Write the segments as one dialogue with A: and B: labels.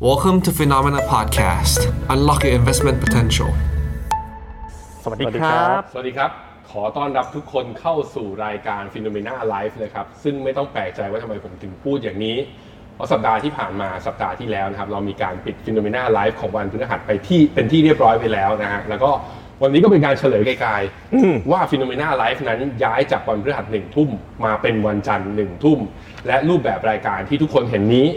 A: Welcome to Phenomena Podcast Unlock your investment potential
B: สวัสดีครับ
C: สวัสดีครับ ขอต้อนรับทุกคนเข้าสู่รายการ p h e n o m e n a Live นะครับ ซึ่งไม่ต้องแปลกใจว่าทำไมผมถึงพูดอย่างนี้ เพราะสัปดาห์ที่ผ่านมาสัปดาห์ที่แล้วนะครับ เรามีการปิด p h e n o m e n a Live ของวันพฤหัสไปที่เป็นที่เรียบร้อยไปแล้วนะฮะ แล้วก็วันนี้ก็เป็นการเฉลยไกลๆว่า p h e n o m e n a Live นั้นย้ายจากวันพฤหัสหนึ่งทุ่มมาเป็นวันจันทร์หนึ่งทุ่ม และรูปแบบรายการที่ทุกคนเห็นนี้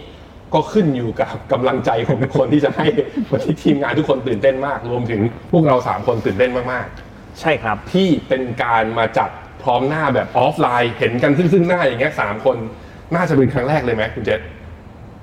C: ก็ขึ้นอยู่กับกำลังใจของทุกคนที่จะให้ วันนี้ทีมงานทุกคนตื่นเต้นมาก รวมถึงพวกเราสามคนตื่นเต้นมากๆ
B: ใช่ครับ
C: ที่เป็นการมาจัดพร้อมหน้าแบบออฟไลน์ เห็นกันซึ่งซึ่งหน้าอย่างเงี้ยสามคน น่าจะเป็นครั้งแรกเลยไหมคุณเจษ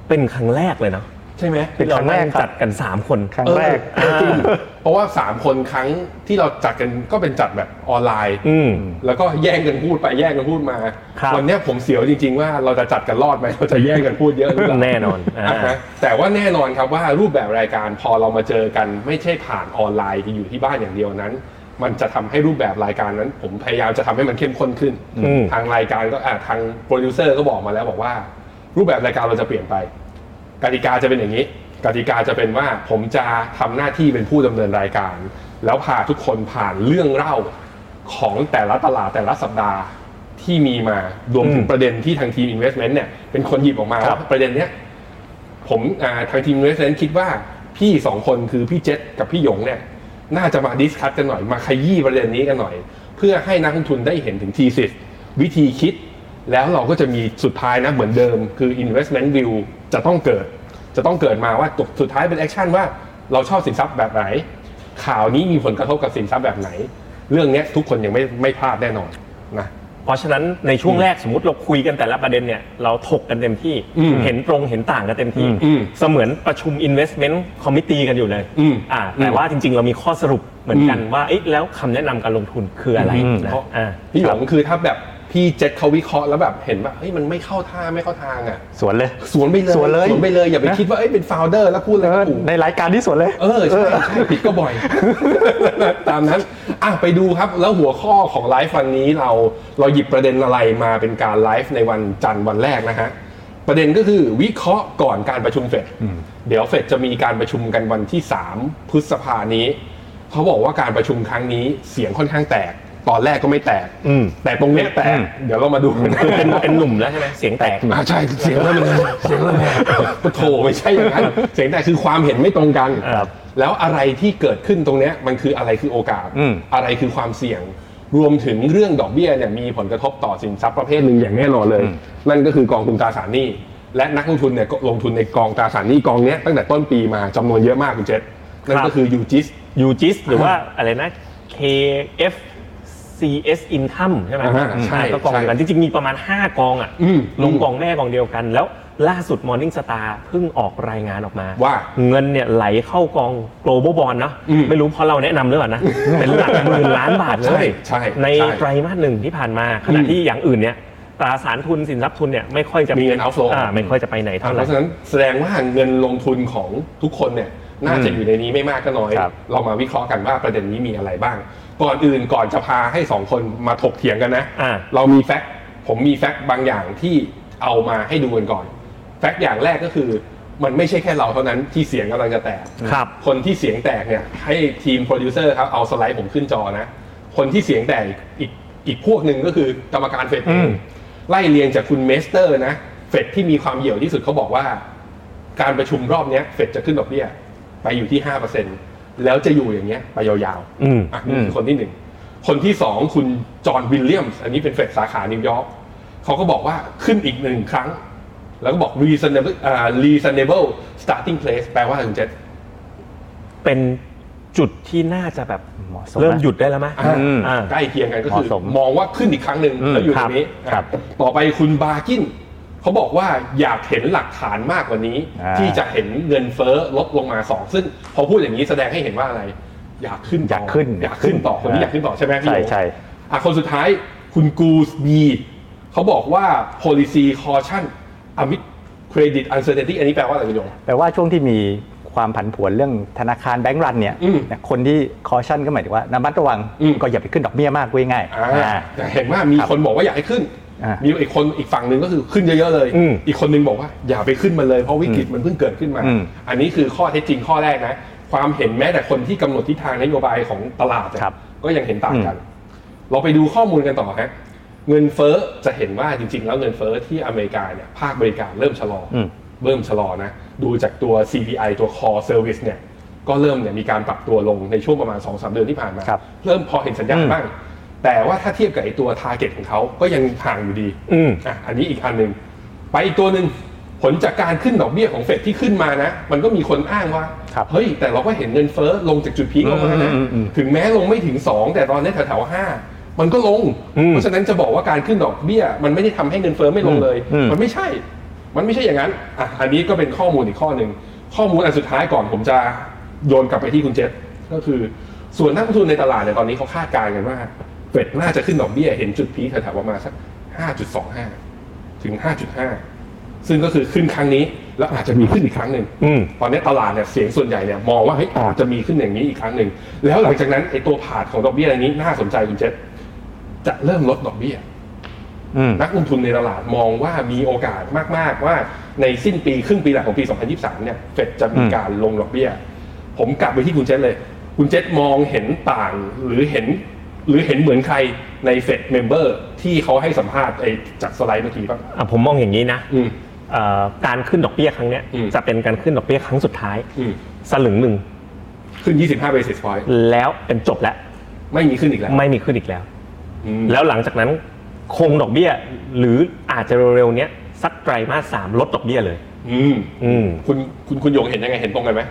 B: เป็นครั้งแรกเลยเนาะ
C: ใช่ไหม
B: ที่เรานั่งจัดกัน 3 คน
D: ครั้งแรก
C: เออจริงเพราะว่าสามคนครั้งที่เราจัดกันก็เป็นจัดแบบออนไลน์
B: อืม
C: แล้วก็แย่งกันพูดไปแย่งกันพูดมา
B: ครับ
C: วัเนี้ยผมเสียวจริง ๆ ว่าเราจะจัดกันรอดไหมเราจะแย่งกันพูดเยอะหรือเปล่า
B: แน่นอนอ่า
C: ะฮะแต่ว่าแน่นอนครับว่ารูปแบบรายการพอเรามาเจอกันไม่ใช่ผ่านออนไลน์ที่อยู่ที่บ้านอย่างเดียวนั้น มันจะทำให้รูปแบบรายการนั้น ผมพยายามจะทำให้มันเข้มข้นขึ้น
B: อืม
C: ทางรายการก็อ่ะทางโปรดิวเซอร์ก็บอกมาแล้วบอกว่า รูปแบบรายการเราจะเปลี่ยนไป กติกาจะเป็นอย่างนี้ กติกาจะเป็นว่าผมจะทำหน้าที่เป็นผู้ดำเนินรายการ แล้วพาทุกคนผ่านเรื่องเล่าของแต่ละตลาดแต่ละสัปดาห์ที่มีมารวมถึง
B: อืม
C: ประเด็นที่ทางทีม Investment เนี่ยเป็นคนหยิบออกมา
B: ครับ
C: ว่าประเด็นเนี้ยผมอ่าทางทีม Investment คิดว่าพี่สองคนคือพี่เจษกับพี่หยงเนี่ยน่าจะมาดิสคัตกันหน่อยมาขยี้ประเด็นนี้กันหน่อย เพื่อให้นักลงทุนได้เห็นถึงทีสิสวิธีคิด แล้วเราก็จะมีสุดท้ายนะเหมือนเดิมคือ investment view จะต้องเกิด จะต้องเกิดมาว่าสุดท้ายเป็นแอคชั่นว่าเราชอบสินทรัพย์แบบไหน ข่าวนี้มีผลกระทบกับสินทรัพย์แบบไหน เรื่องเนี้ยทุกคนยังไม่ไม่พลาดแน่นอนนะ
B: เพราะฉะนั้นในช่วงแรกสมมติเราคุยกันแต่ละประเด็นเนี่ยเราถกกันเต็มที่
C: อืม
B: เห็นตรงเห็นต่างกันเต็มที่
C: อืม
B: เสมือนประชุม investment committee กันอยู่เลย
C: อืม
B: อ่าแต่ว่าจริง ๆ เรามีข้อสรุปเหมือนกันว่าเอ๊ะแล้วคำแนะนำการลงทุนคืออะไร
C: อืม
B: นะอ่า
C: พี่หลงคือถ้าแบบพี่เจ็ตเขาวิเคราะห์แล้วแบบเห็นว่าเฮ้ยมันไม่เข้าท่าไม่เข้าทางอ่ะ
D: สวนเลย
C: สวนไปเลย
D: สวนเลย
C: ไปเลยอย่าไป
D: นะ
C: คิดว่าเอ้ยเป็นฟาวเดอร์แล้วพูดอะไร
D: เออ
C: ถูก
D: ในรายการที่สวนเลย
C: เออใช่ใช่ผิดก็บ่อย ตามนั้นอ่ะไปดูครับแล้วหัวข้อของไลฟ์วันนี้เราเราหยิบประเด็นอะไรมาเป็นการไลฟ์ในวันจันทร์วันแรกนะฮะ ประเด็นก็คือวิเคราะห์ก่อนการประชุมเฟดเดี๋ยวเฟดจะมีการประชุมกันวันที่ 3 พฤษภานี้ เขาบอกว่าการประชุมครั้งนี้เสียงค่อนข้างแตก ตอนแรกก็ไม่แตก
B: อืม
C: แต่ตรงเนี้ยแตก เดี๋ยวเรามาดูกัน
B: คือเป็นเป็นหนุ่มแล้วใช่ไหมเสียงแตก
C: อ่าใช่เสียงแล้วมันเสียงแล้วแม่ปะโถไม่ใช่อย่างนั้น เสียงแต่คือความเห็นไม่ตรงกัน
B: ครับ
C: แล้วอะไรที่เกิดขึ้นตรงเนี้ยมันคืออะไรคือโอกาส อะไรคือความเสี่ยง รวมถึงเรื่องดอกเบี้ยเนี่ยมีผลกระทบต่อสินทรัพย์ประเภทหนึ่งอย่างแน่นอนเลย นั่นก็คือกองทุนตราสารหนี้ และนักลงทุนเนี่ยก็ลงทุนในกองตราสารหนี้กองเนี้ยตั้งแต่ต้นปีมาจำนวนเยอะมากคุณเจษนั่น
B: ครับ
C: ก็คือยูจิส
B: ยูจิสหรือว่าอะไรนะ KF CS Income ใช่ไหม
C: อ่าใช่
B: ก็กองเดียวกัน จริงๆ มีประมาณ 5 กองอ่ะ
C: อืม
B: ลงกองแรกกองเดียวกัน แล้วล่าสุด Morning Star เพิ่งออกรายงานออกมา
C: ว่า
B: เงินเนี่ยไหลเข้ากอง global bond เนอะ
C: อืม
B: ไม่รู้เพราะเราแนะนำหรือเปล่านะ เป็นหลักหมื่นล้านบาทเล
C: ใช่
B: ย
C: ใช่ใช่
B: ไตรมาสหนึ่งที่ผ่านมาขณะที่อย่างอื่นเนี่ยตราสารทุนสินทรัพย์ทุนเนี่ยไม่ค่อยจะ
C: มีเงิน outflow
B: าไม่ค่อยจะไปไหนเท่าไห
C: เพ
B: ร่
C: ราะฉะนั้นแสดงว่าเงินลงทุนของทุกคนเนี่ยน่าจะอยู่ในนี้ไม่มากก็น้อย
D: ครับ
C: เรามาวิเคราะห์กันว่าประเด็นนี้มีอะไรบ้าง ก่อนอื่นก่อนจะพาให้สองคนมาถกเถียงกันนะ
B: อ่า
C: เรามีแฟกต์ผมมีแฟกต์บางอย่างที่เอามาให้ดูกันก่อน แฟกต์อย่างแรกก็คือ มันไม่ใช่แค่เราเท่านั้นที่เสียงกำลังจะแตก
B: ครับ
C: คนที่เสียงแตกเนี่ยให้ทีมโปรดิวเซอร์ครับเอาสไลด์ผมขึ้นจอนะ คนที่เสียงแตกอีกอีกพวกหนึ่งก็คือกรรมการเฟดเองไล่เรียงจากคุณเมสเตอร์นะเฟดที่มีความเหี่ยวที่สุดเขาบอกว่า การประชุมรอบเนี้ยเฟดจะขึ้นดอกเบี้ยไปอยู่ที่ห้าเปอร์เซ็นแล้วจะอยู่อย่างเงี้ยไปยาวๆ
B: อืม
C: อ่ะนี่คือคนที่หนึ่งคนที่สองคุณจอห์นวิลเลียมส์อันนี้เป็นเฟดสาขานิวยอร์กเขาก็บอกว่าขึ้นอีกหนึ่งครั้ง แล้วก็บอก reasonable อ่า reasonable starting place แปลว่าอะไรคุณเจษ
B: เป็นจุดที่น่าจะแบบ
D: เหมาะสม
B: เริ่ม
D: นะ
B: หยุดได้แล้วมั้ย
C: อ่า
B: อ่า
C: ใกล้เคียงกันก็คือ
D: เหมาะสม
C: มองว่าขึ้นอีกครั้งหนึ่ง
D: อืม
C: แล้วอยู่ตรงนี้
D: ครับ
C: อ่ะต่อไปคุณบากินเขาบอกว่าอยากเห็นหลักฐานมากกว่านี้
D: อ่า
C: ที่จะเห็นเงินเฟ้อลดลงมาสองซึ่งพอพูดอย่างนี้แสดงให้เห็นว่าอะไร อยากขึ้นต่
D: อยากขึ้น
C: อยากขึ้นต่อคนที่อยากขึ้นต่อใช่ไหมพี่
D: ใช่
C: โยง
D: ใช่
C: อ่ะคนสุดท้ายคุณกูสบีเขาบอกว่า policy caution amid credit uncertainty อันนี้แปลว่าอะไรคุณโยง
D: แปลว่าช่วงที่มีความผันผวนเรื่องธนาคารแบงก์รันเนี่ย
C: อืม
D: นะคนที่คอชั่นก็หมายถึงว่าระมัดระวัง
C: อืม
D: ก็อย่าไปขึ้นดอกเบี้ยมากเว้ยง่าย
C: อ่า
D: อ่า
C: แต่เห็นว่ามี
D: ครับ
C: คนบอกว่าอยากให้ขึ้น
D: อ่ามี
C: มีอีกคนอีกฝั่งหนึ่งก็คือขึ้นเยอะๆเลย
B: อืม
C: อีกคนนึงบอกว่าอย่าไปขึ้นมันเลยเพราะวิกฤตมันเพิ่งเกิดขึ้นมา
D: อืม
C: อันนี้คือข้อเท็จจริงข้อแรกนะ ความเห็นแม้แต่คนที่กำหนดทิศทางนโยบายของตลาดอะ
D: ครับ
C: ก็ยังเห็นต่างกัน เราไปดูข้อมูลกันต่อฮะเงินเฟ้อจะเห็นว่าจริง ๆ แล้วเงินเฟ้อที่อเมริกาเนี่ยภาคบริการเริ่มชะลออ
D: ม
C: เริ่มชะลอนะ ดูจากตัว CPI ตัว Core Service เนี่ยก็เริ่มเนี่ยมีการปรับตัวลงในช่วงประมาณ 2-3 เดือนที่ผ่านมา
D: ครับ
C: เริ่มพอเห็นสัญญาณบ้าง แต่ว่าถ้าเทียบกับไอ้ตัว Target ของเขาก็ยังห่างอยู่ดี
B: อืม
C: อ่ะอันนี้อีกอันหนึ่งไปอีกตัวหนึ่งผลจากการขึ้นดอกเบี้ยของเฟดที่ขึ้นมานะ มันก็มีคนอ้างว่า
D: ครับ
C: เฮ้ย แต่เราก็เห็นเงินเฟ้อลงจากจุดพีคลงมาแล้วนะ
D: อืมอืมอืม
C: ถึงแม้ลงไม่ถึง 2 แต่ตอนนี้แถวๆห้ามันก็ลง
B: อืม
C: เพราะฉะนั้นจะบอกว่าการขึ้นดอกเบี้ย มันไม่ได้ทำให้เงินเฟ้อไม่ลงเลย
D: อืม
C: มันไม่ใช่ มันไม่ใช่อย่างนั้นอ่ะอันนี้ก็เป็นข้อมูลอีกข้อหนึ่งข้อมูลอันสุดท้ายก่อนผมจะโยนกลับไปที่คุณเจษก็คือ ส่วนนักลงทุนในตลาดเนี่ยตอนนี้เขาคาดการณ์กันว่าเฟดน่าจะขึ้นดอกเบี้ยเห็นจุดพีคแถวๆประมาณสัก 5.25 ถึง 5.5 ซึ่งก็คือขึ้นครั้งนี้ แล้วอาจจะมีขึ้นอีกครั้งหนึ่ง
B: อืม
C: ตอนนี้ตลาดเนี่ยเสียงส่วนใหญ่เนี่ยมองว่าเฮ้ยอาจจะมีขึ้นอย่างนี้อีกครั้งหนึ่งแล้วหลังจากนั้นไอ้ตัวผาดของดอกเบี้ยอันนี้น่าสนใจคุณเจษจะเริ่มลดดอกเบี้ย
D: อืม
C: นักลงทุนในตลาดมองว่ามีโอกาสมาก ๆ ว่าในสิ้นปีครึ่งปีหลังของปี 2023 เนี่ย เฟดจะมีการลงดอกเบี้ย ผมกลับไปที่คุณเจษเลย คุณเจษมองเห็นต่างหรือเห็น หรือเห็นเหมือนใครในเฟดเมมเบอร์ที่เขาให้สัมภาษณ์ไอ้จากสไลด์เมื่อกี้บ้าง
B: อ่ะผมมองอย่างนี้นะ
C: อืม
B: เอ่อการขึ้นดอกเบี้ยครั้งเนี้ย
C: อืม
B: จะเป็นการขึ้นดอกเบี้ยครั้งสุดท้าย
C: อืม
B: สลึงหนึ่ง
C: ขึ้น 25 basis point
B: แล้วเป็นจบแล้ว
C: ไม่มีขึ้นอีกแล้ว
B: ไม่มีขึ้นอีกแล้ว
C: อืม
B: แล้วหลังจากนั้นคงดอกเบี้ย หรืออาจจะเร็วๆเนี้ยสักไตรมาสสามลดดอกเบี้ยเลย
C: อืม
B: อืม
C: คุณคุณคุณโยงเห็นยังไงเห็นตรงกันไหม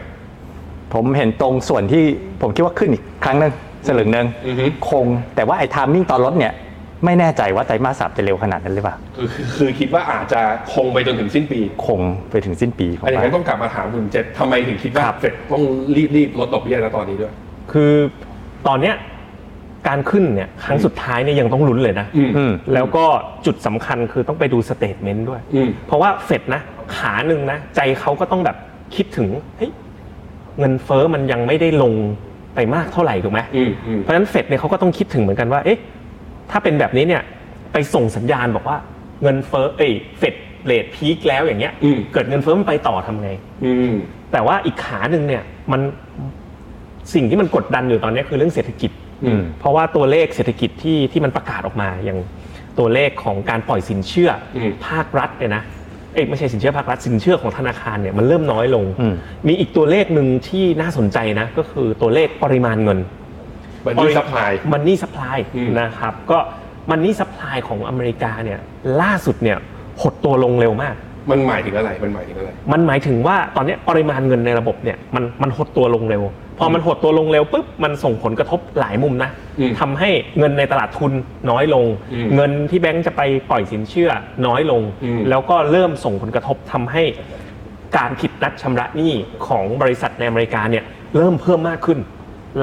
D: ผมเห็นตรงส่วนที่ผมคิดว่าขึ้นอีกครั้งหนึ่งสลึงหนึ่ง
C: อือฮึ
D: คง แต่ว่าไอ้ทามมิ่งตอนลดเนี่ย ไม่แน่ใจว่าไตรมาสสามจะเร็วขนาดนั้นหรือเปล่า
C: คือคือคือคิดว่าอาจจะคงไปจนถึงสิ้นปี
D: คงไปถึงสิ้นปีผม
C: อันอย่าง
D: ว่า
C: นั้นต้องกลับมาถามคุณเจษทำไมถึงคิดว่า
D: ครับ
C: เฟดต้องรีบๆลดดอกเบี้ยนะตอนนี้ด้วย
B: คือตอนเนี้ยการขึ้นเนี่ยครั้งสุดท้ายเนี่ยยังต้องลุ้นเลยนะ
C: อืม
D: อืม
B: แล้วก็จุดสำคัญคือต้องไปดูสเตทเมนต์ด้วย
C: อืม
B: เพราะว่าเฟดนะขาหนึ่งนะ ใจเขาก็ต้องแบบคิดถึงเฮ้ยเงินเฟอ้อมันยังไม่ได้ลงไปมากเท่าไหร่ถูกไหม
C: อืมอืม
B: เพราะฉะนั้นเฟดเนี่ยเขาก็ต้องคิดถึงเหมือนกันว่า เอ๊ะถ้าเป็นแบบนี้เนี่ยไปส่งสัญญาณบอกว่าเงินเฟ้อเอ้ยเฟดเลทพีคแล้วอย่างเงี้ย
C: อืม
B: เกิดเงินเฟ้อมันไปต่อทำไง
C: อืม
B: แต่ว่าอีกขาหนึ่งเนี่ยมันสิ่งที่มันกดดันอยู่ตอนนี้คือเรื่องเศรษฐกิจ
C: อืม
B: เพราะว่าตัวเลขเศรษฐกิจที่ที่มันประกาศออกมาอย่างตัวเลขของการปล่อยสินเชื่ออ
C: ม
B: ภาครัฐเนี่ยนะเอ้ยไม่ใช่สินเชื่อภาครัฐสินเชื่อของธนาคารเนี่ยมันเริ่มน้อยลง
D: อืม
B: มีอีกตัวเลขหนึ่งที่น่าสนใจนะ ก็คือตัวเลขปริมาณเงิน
C: มันมีสปาย
B: มันนี่สปาย
C: อืม
B: นะครับ ก็มันนี่สปายของอเมริกาเนี่ยล่าสุดเนี่ยหดตัวลงเร็วมาก
C: มันหมายถึงอะไร มันหมายถึงอะไร
B: มันหมายถึงว่าตอนเนี้ยปริมาณเงินในระบบเนี่ยมันมันหดตัวลงเร็ว พอมันหดตัวลงเร็วปุ๊บมันส่งผลกระทบหลายมุมนะ
C: อืม
B: ทำให้เงินในตลาดทุนน้อยลง
C: อืม
B: เงินที่แบงก์จะไปปล่อยสินเชื่อน้อยลง
C: อืม
B: แล้วก็เริ่มส่งผลกระทบทำให้การผิดนัดชำระหนี้ของบริษัทในอเมริกาเนี่ยเริ่มเพิ่มมากขึ้น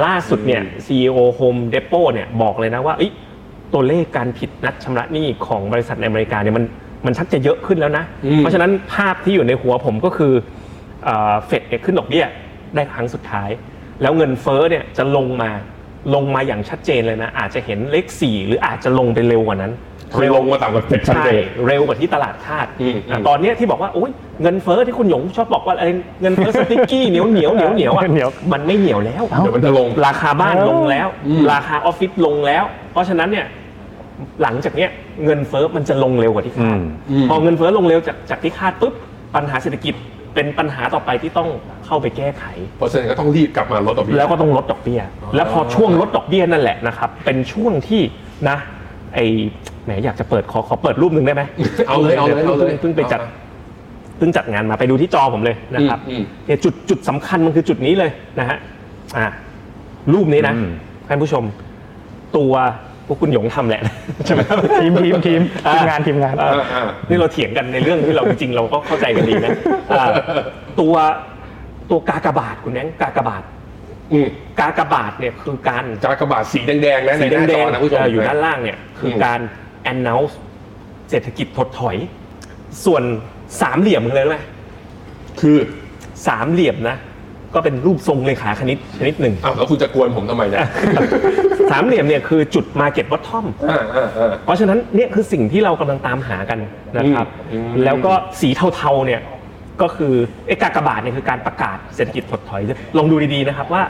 B: ล่าสุดเนี่ย CEO Home Depot เนี่ยบอกเลยนะว่าเอ้ยตัวเลขการผิดนัดชำระหนี้ของบริษัทในอเมริกาเนี่ยมันมันชักจะเยอะขึ้นแล้วนะ
C: อืม
B: เพราะฉะนั้นภาพที่อยู่ในหัวผมก็คือเอ่อเฟดเนี่ยขึ้นดอกเบี้ยได้ครั้งสุดท้าย แล้วเงินเฟ้อเนี่ยจะลงมาลงมาอย่างชัดเจนเลยนะ อาจจะเห็นเลข 4 หรืออาจจะลงไปเร็วกว่านั้น
C: คือลงมาต่ำกว่าเฟดชัด
B: ใช่
C: เจน
B: เร็วกว่าที่ตลาดคาด
C: อืมอืม
B: ตอนเนี้ยที่บอกว่าอุ๊ยเงินเฟ้อที่คุณหยงชอบบอกว่าอะไรเงินเฟ้อสติ๊กกี้เหนียวเหนียวเหนียวเหนียวอะ
D: เหนียว
B: มันไม่เหนียวแล้ว
C: เดี๋ยวมันจะลง
B: ราคาบ้านลงแล้ว
C: อืม
B: ราคาออฟฟิศลงแล้ว เพราะฉะนั้นเนี่ยหลังจากเนี้ยเงินเฟ้อมันจะลงเร็วกว่าที่คาด
D: อืม
B: พอเงินเฟ้อลงเร็วจากจากที่คาดปุ๊บปัญหาเศรษฐกิจเป็นปัญหาต่อไปที่ต้องเข้าไปแก้ไข
C: เพราะฉะนั้นก็ต้องรีบกลับมาลดดอกเบี้ย
B: แล้วก็ต้องลดดอกเบี้ย แล้วพอช่วงลดดอกเบี้ยนั่นแหละนะครับ เป็นช่วงที่นะไอแหมอยากจะเปิดขอขอเปิดรูปหนึ่งได้ไหม
C: เอาเลยเอาเลยเอาเลย
B: เพิ่งไปจัด
C: เอาม
B: เพิ่งจัดงานมาไปดูที่จอผมเลยนะครับ
C: อืมอืม
B: เนี่ยจุดจุดสำคัญมันคือจุดนี้เลยนะฮะอ่ะรูปนี้นะ
D: อืม
B: ท่านผู้ชม ตัวพวกคุณหยงทำแหละ ใช่ไหมครับ
D: ทีมทีมทีมทีมงานทีมงาน
B: เออ
C: อ่า
B: นี่เราเถียงกันในเรื่องที่เราจ ริงๆเราก็เข้าใจกันดีนะอ่าตัวตัวกากบาทคุณแองกากบาท
C: อืม
B: กากบาทเนี่ยคือการ
C: จากกระบาดสีแดงๆนะใน
B: สี
C: ห
B: แด
C: น้าง จอนะผู้ชม
B: ๆอยู่ด้านล่างเนี่ยคืออ
C: ม
B: การ announce เศรษฐกิจถดถอย ส่วนสามเหลี่ยมคืออะไรรู้ไหม
C: คือ
B: สามเหลี่ยมนะ ก็เป็นรูปทรงเลขาคณิตชนิดหนึ่ง
C: อ้าวแล้วคุณจะกวนผมทำไมเนี่ย
B: สามเหลี่ยมเนี่ยคือจุด Market Bottom
C: อ่าอ่าอ่า
B: เพราะฉะนั้นเนี่ยคือสิ่งที่เรากำลังตามหากันนะครับ
C: อืม
B: แล้วก็สีเทาๆเนี่ยก็คือไอ้กากบาทเนี่ยคือการประกาศเศรษฐกิจถดถอย ลองดูดีๆนะครับว่า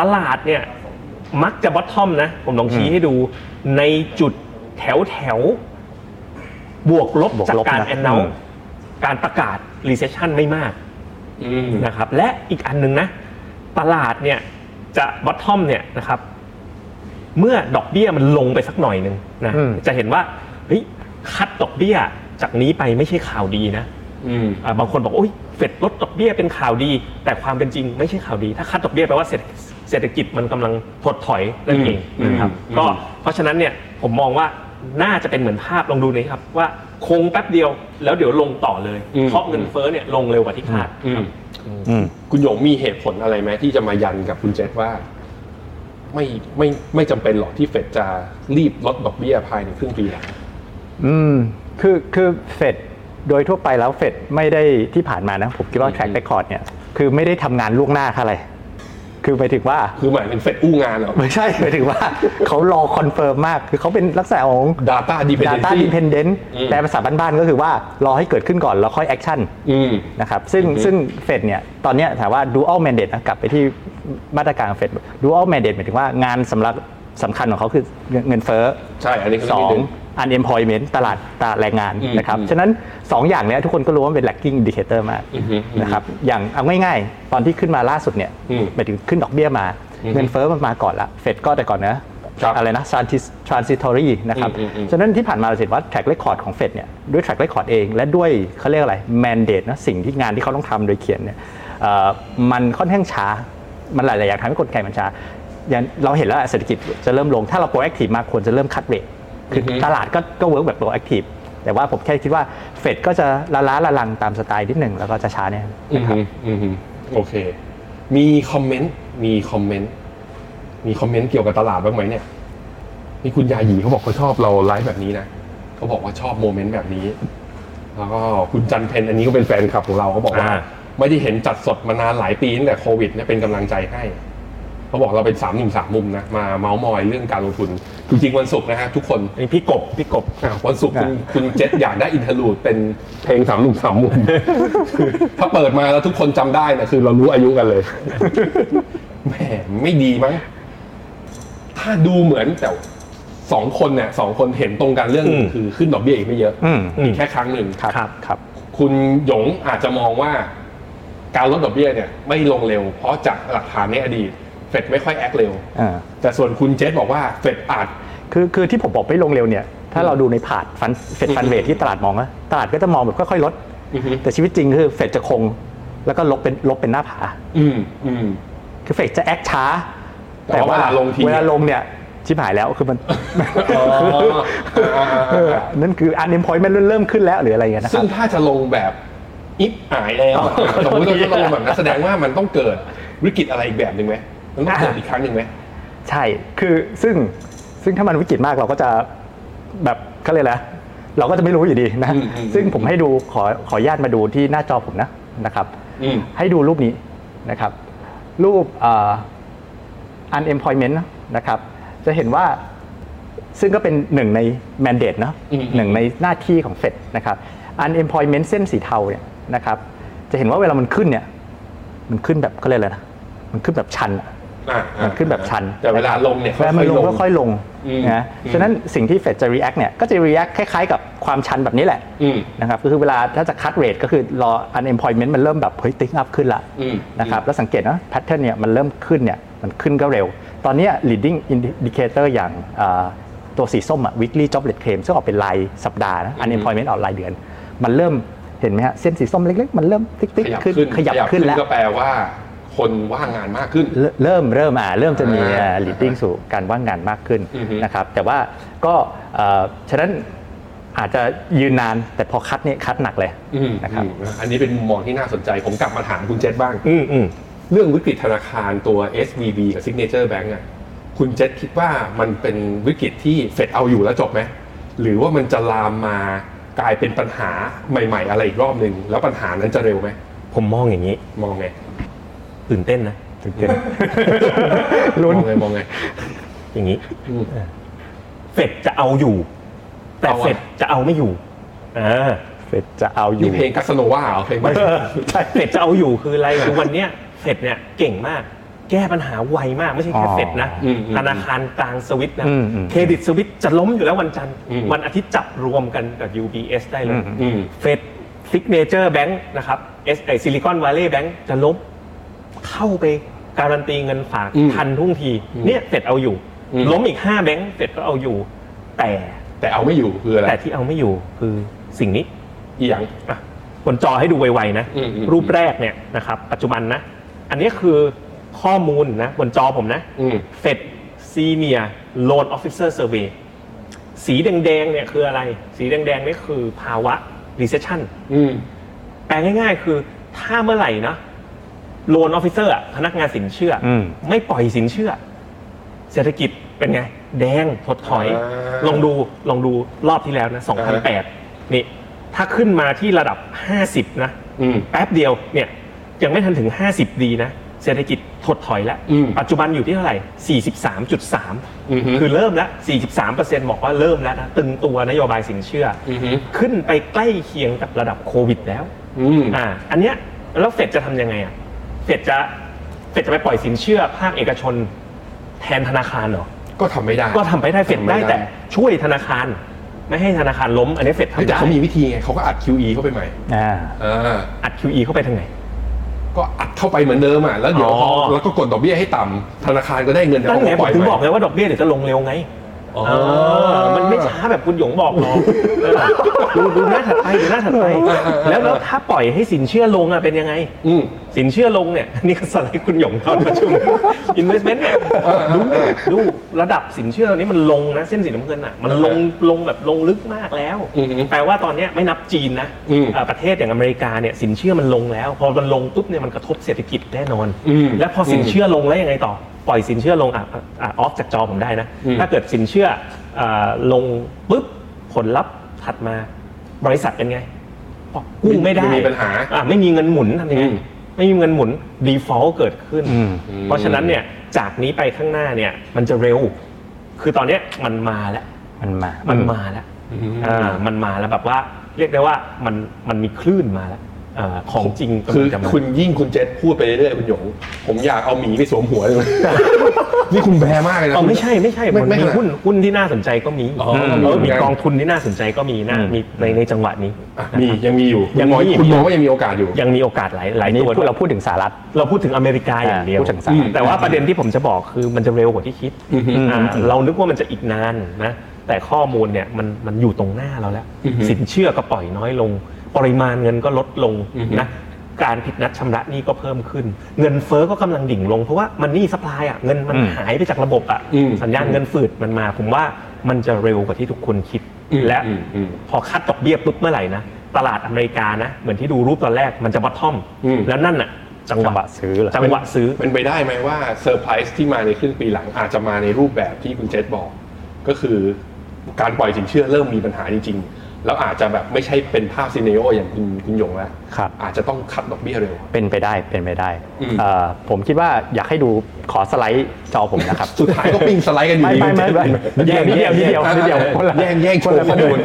B: ตลาดเนี่ยมักจะบอททอมนะ ผมลองชี้ให้ดูในจุดแถวแถวๆบวกลบบ
D: วก
B: จาก
D: ลบ
B: การ
D: นะ
B: แอนน c
D: อื
B: e
D: ม
B: การประกาศ Recession ไม่มาก
C: อืม
B: นะครับและอีกอันหนึงนะตลาดเนี่ยจะบอททอมเนี่ยนะครับเมื่อดอกเบี้ยมันลงไปสักหน่อยหนึ่งนะ
D: อืม
B: จะเห็นว่าเฮ้ยคัดดอกเบี้ยจากนี้ไปไม่ใช่ข่าวดีนะ
C: อืม
B: อ่าบางคนบอกโอ้ยเฟดลดดอกเบี้ยเป็นข่าวดี แต่ความเป็นจริงไม่ใช่ข่าวดี ถ้าคัดดอกเบี้ยแปลว่าเศรษฐเศรษฐกิจมันกำลังถดถอยนั่นเอง
C: อืม
B: นะครับ
C: อืม
B: ก็เพราะฉะนั้นเนี่ยผมมองว่าน่าจะเป็นเหมือนภาพลองดูนะครับว่าคงแป๊บเดียวแล้วเดี๋ยวลงต่อเลยเพราะเงินเฟ้อเนี่ยลงเร็วกว่าที่คาด
C: อืม
D: อืม
C: คุณหยงมีเหตุผลอะไรไหมที่จะมายันกับคุณเจษว่า ไม่ไม่ไม่จำเป็นหรอกที่เฟดจะรีบลดดอกเบี้ยภายในครึ่งปีหลัง
D: อืม คือ คือเฟด โดยทั่วไปแล้วเฟดไม่ได้ที่ผ่านมานะ ผมคิดว่า
C: อื
D: track
C: ม
D: record เนี่ย คือไม่ได้ทำงานล่วงหน้าค่ะอะไร คือหมายถึงว่า
C: คือหมายถึงเฟดอู้งานเหรอ
D: ไม่ ใช่ หมายถึงว่า เขารอคอนเฟิร์มมาก คือเขาเป็นลักษณะของ
C: Data
D: data
C: dependency
D: dependent
C: อืม
D: แปลภาษาบ้านๆก็คือว่ารอให้เกิดขึ้นก่อนแล้วค่อย action
C: อืม
D: นะครับซึ่งซึ่งเฟดเนี่ยตอนเนี้ยถามว่า dual mandate นะกลับไปที่มาตรการเฟด dual mandate หมายถึงว่างานสำหรับสำคัญของเขาคือเงินเงินเฟ้อ
C: ใช่อันนี้คือ
D: สอง
C: นิดนึง
D: unemployment ตลาดตลาดแรงงาน
C: อืม
D: นะครับ
C: อืม
D: ฉะนั้น 2 อย่างเนี้ยทุกคนก็รู้ว่าเป็น lagging indicator มาก
C: อือฮึ
D: นะครับอย่างเอาง่ายๆ ตอนที่ขึ้นมาล่าสุดเนี่ย
C: อืม
D: หมายถึงขึ้นดอกเบี้ยมา
C: อือฮึ
D: เงินเฟ้อมันมาก่อนละเฟดก็แต่ก่อนนะครับอะไรนะ transi- transitory นะครับ
C: อืมอืมอืม
D: ฉะนั้นที่ผ่านมาเราเห็นว่า track record ของเฟดเนี่ยด้วย track record เองและด้วยเขาเรียกอะไร mandate นะสิ่งที่งานที่เขาต้องทำโดยเขียนเนี่ยเอ่อมันค่อนข้างช้า มันหลาย ๆ อย่างทำให้กลไกมันช้าอย่างเราเห็นแล้วอะเศรษฐกิจจะเริ่มลง ถ้าเรา proactive มากควรจะเริ่ม cut rate คือ
C: อือฮึ
D: ตลาดก็ก็เวิร์กแบบ proactive แต่ว่าผมแค่คิดว่าเฟดก็จะละล้าละลังตามสไตล์นิดหนึ่งแล้วก็จะช้าเนี่ย
C: อืมฮึอืมฮึโอเค มีคอมเมนต์มีคอมเมนต์มีคอมเมนต์เกี่ยวกับตลาดบ้างไหมเนี่ยนี่คุณยาหยีเขาบอกเขาชอบเราไลฟ์แบบนี้นะเขาบอกว่าชอบโมเมนต์แบบนี้ แล้วก็คุณจันเพนอันนี้ก็เป็นแฟนคลับของเราเขาบอกว่า
B: อ่า
C: ไม่ได้เห็นจัดสดมานานหลายปีตั้งแต่โควิดเนี่ยเป็นกำลังใจให้เขาบอกเราเป็นสามหนุ่มสามมุมนะมาเมาส์มอยเรื่องการลงทุนจริงๆวันศุกร์นะฮะทุกคน
B: อันนี้พี่กบพี่กบ
C: อ่ะวันศุกร์คุณ
D: อ่ะ
C: คุณเจษอยากได้อินเทอร์ลูดเป็นเพลงสามหนุ่ม สามมุม คือถ้าเปิดมาแล้วทุกคนจำได้นะคือเรารู้อายุกันเลย แหมไม่ดีมั้งถ้าดูเหมือนแต่สองคนเนี่ยสองคนเห็นตรงกันเรื่อง
B: อืม
C: คือขึ้นดอกเบี้ยอีกไม่เยอะ
D: อืม
B: อืม
C: แค่ครั้งหนึ่ง
D: ครับ
B: ครับ
D: ครับ
C: คุณหยงอาจจะมองว่า การลดดอกเบี้ยเนี่ย ไม่ลงเร็ว เพราะจากหลักฐานในอดีตเฟดไม่ค่อยแอคเร็ว
D: อ่า
C: แต่ส่วนคุณเจษบอกว่าเฟดอาจ
D: คือคือที่ผมบอกไม่ลงเร็วเนี่ย ถ้าเราดูในผาดฟันเฟดฟันเรทที่ตลาดมองนะตลาดก็จะมองแบบค่อยๆลด
C: อือฮึ
D: แต่ชีวิตจริงคือเฟดจะคง แล้วก็ลบเป็นลบเป็นหน้าผา
C: อืม อืม
D: คือเฟดจะแอคช้า
C: แต่ว่าเวลาลงที
D: เวลาลงเนี่ย ชิบหายแล้วคือมัน
C: อ๋ออ่า
D: เออ
C: ๆๆ
D: นั่นคืออัน e m p l o y m ม n t เริ่มขึ้นแล้วหรืออะไรเงี้ยนะค
C: ซึ่
D: รั
C: ง
D: บ
C: ถ้าจะลงแบบอิบหายแล้วอะสมมติเราจะลงแบบนั้นแสดงว่ามันต้องเกิดวิกฤตอะไรอีกแบบหนึ่งไหมมันต้องเกิดอีกครั้งหนึ่งไหม
D: ใช่คือซึ่งซึ่งถ้ามันวิกฤตมากเราก็จะแบบเขาเลยกอะไรนะเราก็จะไม่รู้อยู่ดีนะ
C: อืมอืม
D: ซึ่งผมให้ดูขอขออนุญาตมาดูที่หน้าจอผมนะนะครับ
C: อืม
D: ให้ดูรูปนี้นะครับ รูปเอ่อ unemployment นะครับ จะเห็นว่าซึ่งก็เป็นหนึ่งใน mandate เนอะ
C: อืม
D: หนึ่งในหน้าที่ของเฟดนะครับ unemployment เส้นสีเทาเนี่ยนะครับจะเห็นว่าเวลามันขึ้นเนี่ยมันขึ้นแบบเขาเรียกอะไรนะมันขึ้นแบบชันอะ
C: ะ
D: มันขึ้นแบบชัน
C: แต่เวลาลงเนี่ย
D: เวลามันลงก็ค่อย
C: ลง
D: ลง
C: อืม
D: นะ
C: อืม
D: ฉะนั้นสิ่งที่เฟดจะ react เนี่ยก็จะ react คล้ายๆกับความชันแบบนี้แหละ
C: อืม
D: นะครับก็คือเวลาถ้าจะ cut rate ก็คือรอ unemployment มันเริ่มแบบเฮ้ย tick up ขึ้นละ
C: อืม
D: นะครับแล้วสังเกตนะ pattern เนี่ยมันเริ่มขึ้นเนี่ยมันขึ้นก็เร็ว ตอนเนี้ย leading indicator อย่างอ่าตัวสีส้มอะ weekly jobless claim ซึ่งออกเป็นรายสัปดาห์นะ unemployment ออกรายเดือน มันเริ่มเห็นไหมฮะเส้นสีส้มเล็กๆ มันเริ่มติ๊ก
C: ขยับ
D: ๆ
C: ขึ้น
D: ขึ้นขยับขึ้นแล้ว
C: ก็แปลว่า คนว่างงานมากขึ้น
D: เริ่มเริ่มเริ่มอ่าเริ่มจะมี
C: อ่า
D: leading สู่การว่างงานมากขึ้น
C: อือฮึ
D: นะครับแต่ว่าก็เอ่อฉะนั้นอาจจะยืนนานแต่พอคัดเนี่ยคัดหนักเลย
C: อืม
D: นะครับ
C: อืมอันนี้เป็นมุมมองที่น่าสนใจ ผมกลับมาถามคุณเจษบ้าง
B: อืมอืม
C: เรื่องวิกฤตธนาคารตัว SVB กับ Signature Bank อ่ะ คุณเจษคิดว่ามันเป็นวิกฤตที่เฟดเอาอยู่แล้วจบไหม หรือว่ามันจะลามมากลายเป็นปัญหาใหม่ ๆ อะไรอีกรอบหนึ่งแล้วปัญหานั้นจะเร็วไหม
B: ผมมองอย่างนี้
C: มองไง
B: ตื่นเต้นนะ
D: ลุ้น
C: มองไง มองไง
B: อย่างนี้
C: อืม
B: เฟดจะเอาอยู่ แต่
C: เอาอะ
B: เฟดจะเอาไม่อยู่อ่า
D: เฟดจะเอาอ
C: นี่
D: ยู่
C: เพลงกัสโนวาเหรอเพลงใหม่
B: ใช่เฟดจะเอาอยู่คืออะไรคือวันเนี้ยเฟดเนี่ยเก่งมาก แก้ปัญหาไวมากไม่ใช่แค่
D: อ๋อ
B: เฟดนะ
C: อืมอืม
B: ธนาคารกลางสวิตนะ
D: อืมอืม
B: เครดิตสวิตจะล้มอยู่แล้ววันจันทร์
C: อืม
B: วันอาทิตย์จับรวมกันกับ UBS ได้เล
D: อื
B: ย
D: ม
C: อืม
B: เฟดซิกเนเจอร์แบงค์นะครับเอสไอซิลิคอนวัลเลย์แบงค์จะล้มเข้าไปการันตีเงินฝาก
C: อืม
B: ทันทุ่งที
C: อืม
B: เนี่ยเฟดเอาอยู่
C: อืม
B: ล้มอีก5แบงค์เฟดก็เอาอยู่ แต่
C: แต่เอาไม่อยู่คืออะไร
B: แต่ที่เอาไม่อยู่คือสิ่งนี้
C: เอียง
B: อ่ะบนจอให้ดูไวๆนะ
C: อืมอืม
B: รูปแรกเนี่ยนะครับปัจจุบันนะ อันนี้คือข้อมูลนะบนจอผมนะ
C: อืม
B: เฟดซีเนียโลนออฟฟิเซอร์เซอร์เวสีแดงๆเนี่ยคืออะไร สีแดงๆนี่คือภาวะ recession
C: อืม
B: แปลง่ายๆ คือถ้าเมื่อไหร่นะโลนออฟฟิเซอร์พนักงานสินเชื่ออ
D: ม
B: ไม่ปล่อยสินเชื่อ เศรษฐกิจเป็นไง แดงถดถอย
C: อ่า
B: ลองดูลองดูรอบที่แล้วนะ2008 นี่ ถ้าขึ้นมาที่ระดับ 50 นะ
C: อืม
B: แป๊บเดียวเนี่ยยังไม่ทันถึง 50 ดีนะ เศรษฐกิจถดถอยแล้ว
C: อืม
B: ปัจจุบันอยู่ที่เท่าไหร่ 43.3
C: อือฮึ
B: คือเริ่มแล้ว 43%บอกว่าเริ่มแล้วนะตึงตัวนโยบายสินเชื่ออ
C: อืม
B: ขึ้นไปใกล้เคียงกับระดับโควิดแล้ว
C: อืม
B: อ่า อันเนี้ยแล้วเฟดจะทำยังไงอ่ะ เฟดจะเฟดจะไปปล่อยสินเชื่อภาคเอกชนแทนธนาคารเหรอ
C: ก็ทำไม่ได้
B: ก็ทำไปได้เฟด
C: ทำไม่
B: ได้
C: ได้
B: แต่ช่วยธนาคาร ไม่ให้ธนาคารล้ม อันนี้เฟด
C: เฮ้ย
B: ทำ
C: แต่
B: ได้
C: เขามีวิธีไงเขาก็อัด QE เข้าไปใหม่
D: อ่า
C: อ่า
B: อัด QE เข้าไปทางไหน
C: ก็อัดเข้าไปเหมือนเดิมอ่ะแล้วเดี๋ยวพอ
B: อ
C: แล้วก็กดดอกเบี้ยให้ต่ำธนาคารก็ได้เงินแต่
B: นั่นไงผม
C: เขาปล่อย
B: ถึง
C: ใหม่
B: บอกไงว่าดอกเบี้ยเดี๋ยวจะลงเร็วไง
C: อ๋อ
B: เออมันไม่ช้าแบบคุณหยงบอกหรอกเออดูดูหน้าถัดไปดูหน้าถัดไป แล้วแล้วถ้าปล่อยให้สินเชื่อลงอ่ะเป็นยังไง
C: อืม
B: สินเชื่อลงเนี่ย นี่ก็สไลด์คุณหยงตอนประชุม investment เนี่ยดูดูระดับสินเชื่อตอนนี้มันลงนะ เส้นสีน้ำเงินอ่ะ มันลงลงแบบลงลึกมากแล้ว
C: อือหือ
B: แปลว่าตอนเนี้ยไม่นับจีนนะ
C: อืม
B: เอ่อประเทศอย่างอเมริกาเนี่ยสินเชื่อมันลงแล้ว พอมันลงปุ๊บเนี่ยมันกระทบเศรษฐกิจแน่นอน
C: อืม
B: และพอสินเชื่อลงแล้วยังไงต่อปล่อยสินเชื่อลงอ่ะอ่ะอ่ะออฟจากจอผมได้นะ
C: อืม
B: ถ้าเกิดสินเชื่อเอ่อลงปุ๊บผลลัพธ์ถัดมาบริษัทเป็นไง กู้ไม่ได้
C: มีปัญหา
B: อ่ะไม่มีเงินหมุนทำยังไง
C: อืม
B: ไม่มีเงินหมุน default เกิดขึ้น
D: อืม
B: เพราะฉะนั้นเนี่ยจากนี้ไปข้างหน้าเนี่ย มันจะเร็ว คือตอนเนี้ยมันมาแล้ว
D: มันมา มั
B: มันมาแล้ว
C: อืม
B: อ่ามันมาแล้วแบบว่า เรียกได้ว่ามันมันมีคลื่นมาแล้วอ่าของจริงกำ
C: คื
B: ลั
C: อง
B: จะมา
C: คุณยิ่งคุณเจษพูดไปเรื่อยๆคุณหยง ผมอยากเอาหมีไปสวมหัวเลย นี่คุณแบมากเลยนะ
B: เอาไม่ใช่ไม่ใช่
C: ไม่
B: มัน
C: ไม่
B: มี
C: ขนาด
B: หุ้นหุ้นที่น่าสนใจก็มี
C: อ๋ออื
B: มเออมี
C: มีเหมือนกัน
B: กองทุนที่น่าสนใจก็มีนะมีในในจังหวะนี้
C: อ่ะมียังมีอยู่
B: ยังมี
C: คุณมอคุณมองว่ายังมีโอกาสอยู่
B: ยังมีโอกาสหลายหลาย
D: อันนี้
B: ตัว
D: พูด
B: ด้วย
D: เราพูดถึงสหรัฐ
B: เราพูดถึงอเมริกาอย่างเดียว
D: อ่าพูดถึงสหรัฐ
B: แต่ว่าประเด็นที่ผมจะบอกคือมันจะเร็วกว่าที่คิด
C: อือฮึ
B: อ่าเรานึกว่ามันจะอีกนานนะแต่ข้อมูลเนี่ยมันมันอยู่ตรงหน้าเราแล้ว
C: อือฮึ
B: สินเชื่อก็ปล่อยน้อยลง ปริมาณเงินก็ลดลง
C: อือฮึ
B: นะการผิดนัดชำระหนี้ก็เพิ่มขึ้น เงินเฟ้อก็กำลังดิ่งลงเพราะว่ามันหนี่สปายอ่ะเงินมัน
D: อืม
B: หายไปจากระบบอ่ะ
C: อืม
B: สัญญาณเงินฝืดมันมา ผมว่ามันจะเร็วกว่าที่ทุกคนคิด
C: อืม
B: และ
C: อืมอืม
B: พอคัดดอกเบี้ยปุ๊บเมื่อไหร่นะตลาดอเมริกานะเหมือนที่ดูรูปตอนแรกมันจะบอททอม
C: อืม
B: แล้วนั่นอ่ะจังห
D: จังห
B: วะ
D: วะซื้อเหรอ
B: จังหวะซื้อ
C: เป็นไปได้ไหมว่าเซอร์ไพรส์ที่มาในครึ่งปีหลังอาจจะมาในรูปแบบที่คุณเจษบอก ก็คือการปล่อยสินเชื่อเริ่มมีปัญหาจริงๆ แล้วอาจจะแบบไม่ใช่เป็นภาพซีเนโออย่างคุณคุณหยงแล้ว
D: ครับ
C: อาจจะต้องคัดดอกเบี้ยเร็ว
D: เป็นไปได้ เป็นไปได้
C: อืม
D: เอ่อผมคิดว่าอยากให้ดูขอสไลด์จอผมนะครับ
C: สุดท้ายก็ปิ้งสไลด์กันอยู่
D: ไม่
C: ดี
D: ไม่ไม่ไม่
C: คุณเจษ
D: แย่งนิดเดียวนิดเดียวนิดเดียวคนละ
C: แย่งแย่งโชว์ข้อมูล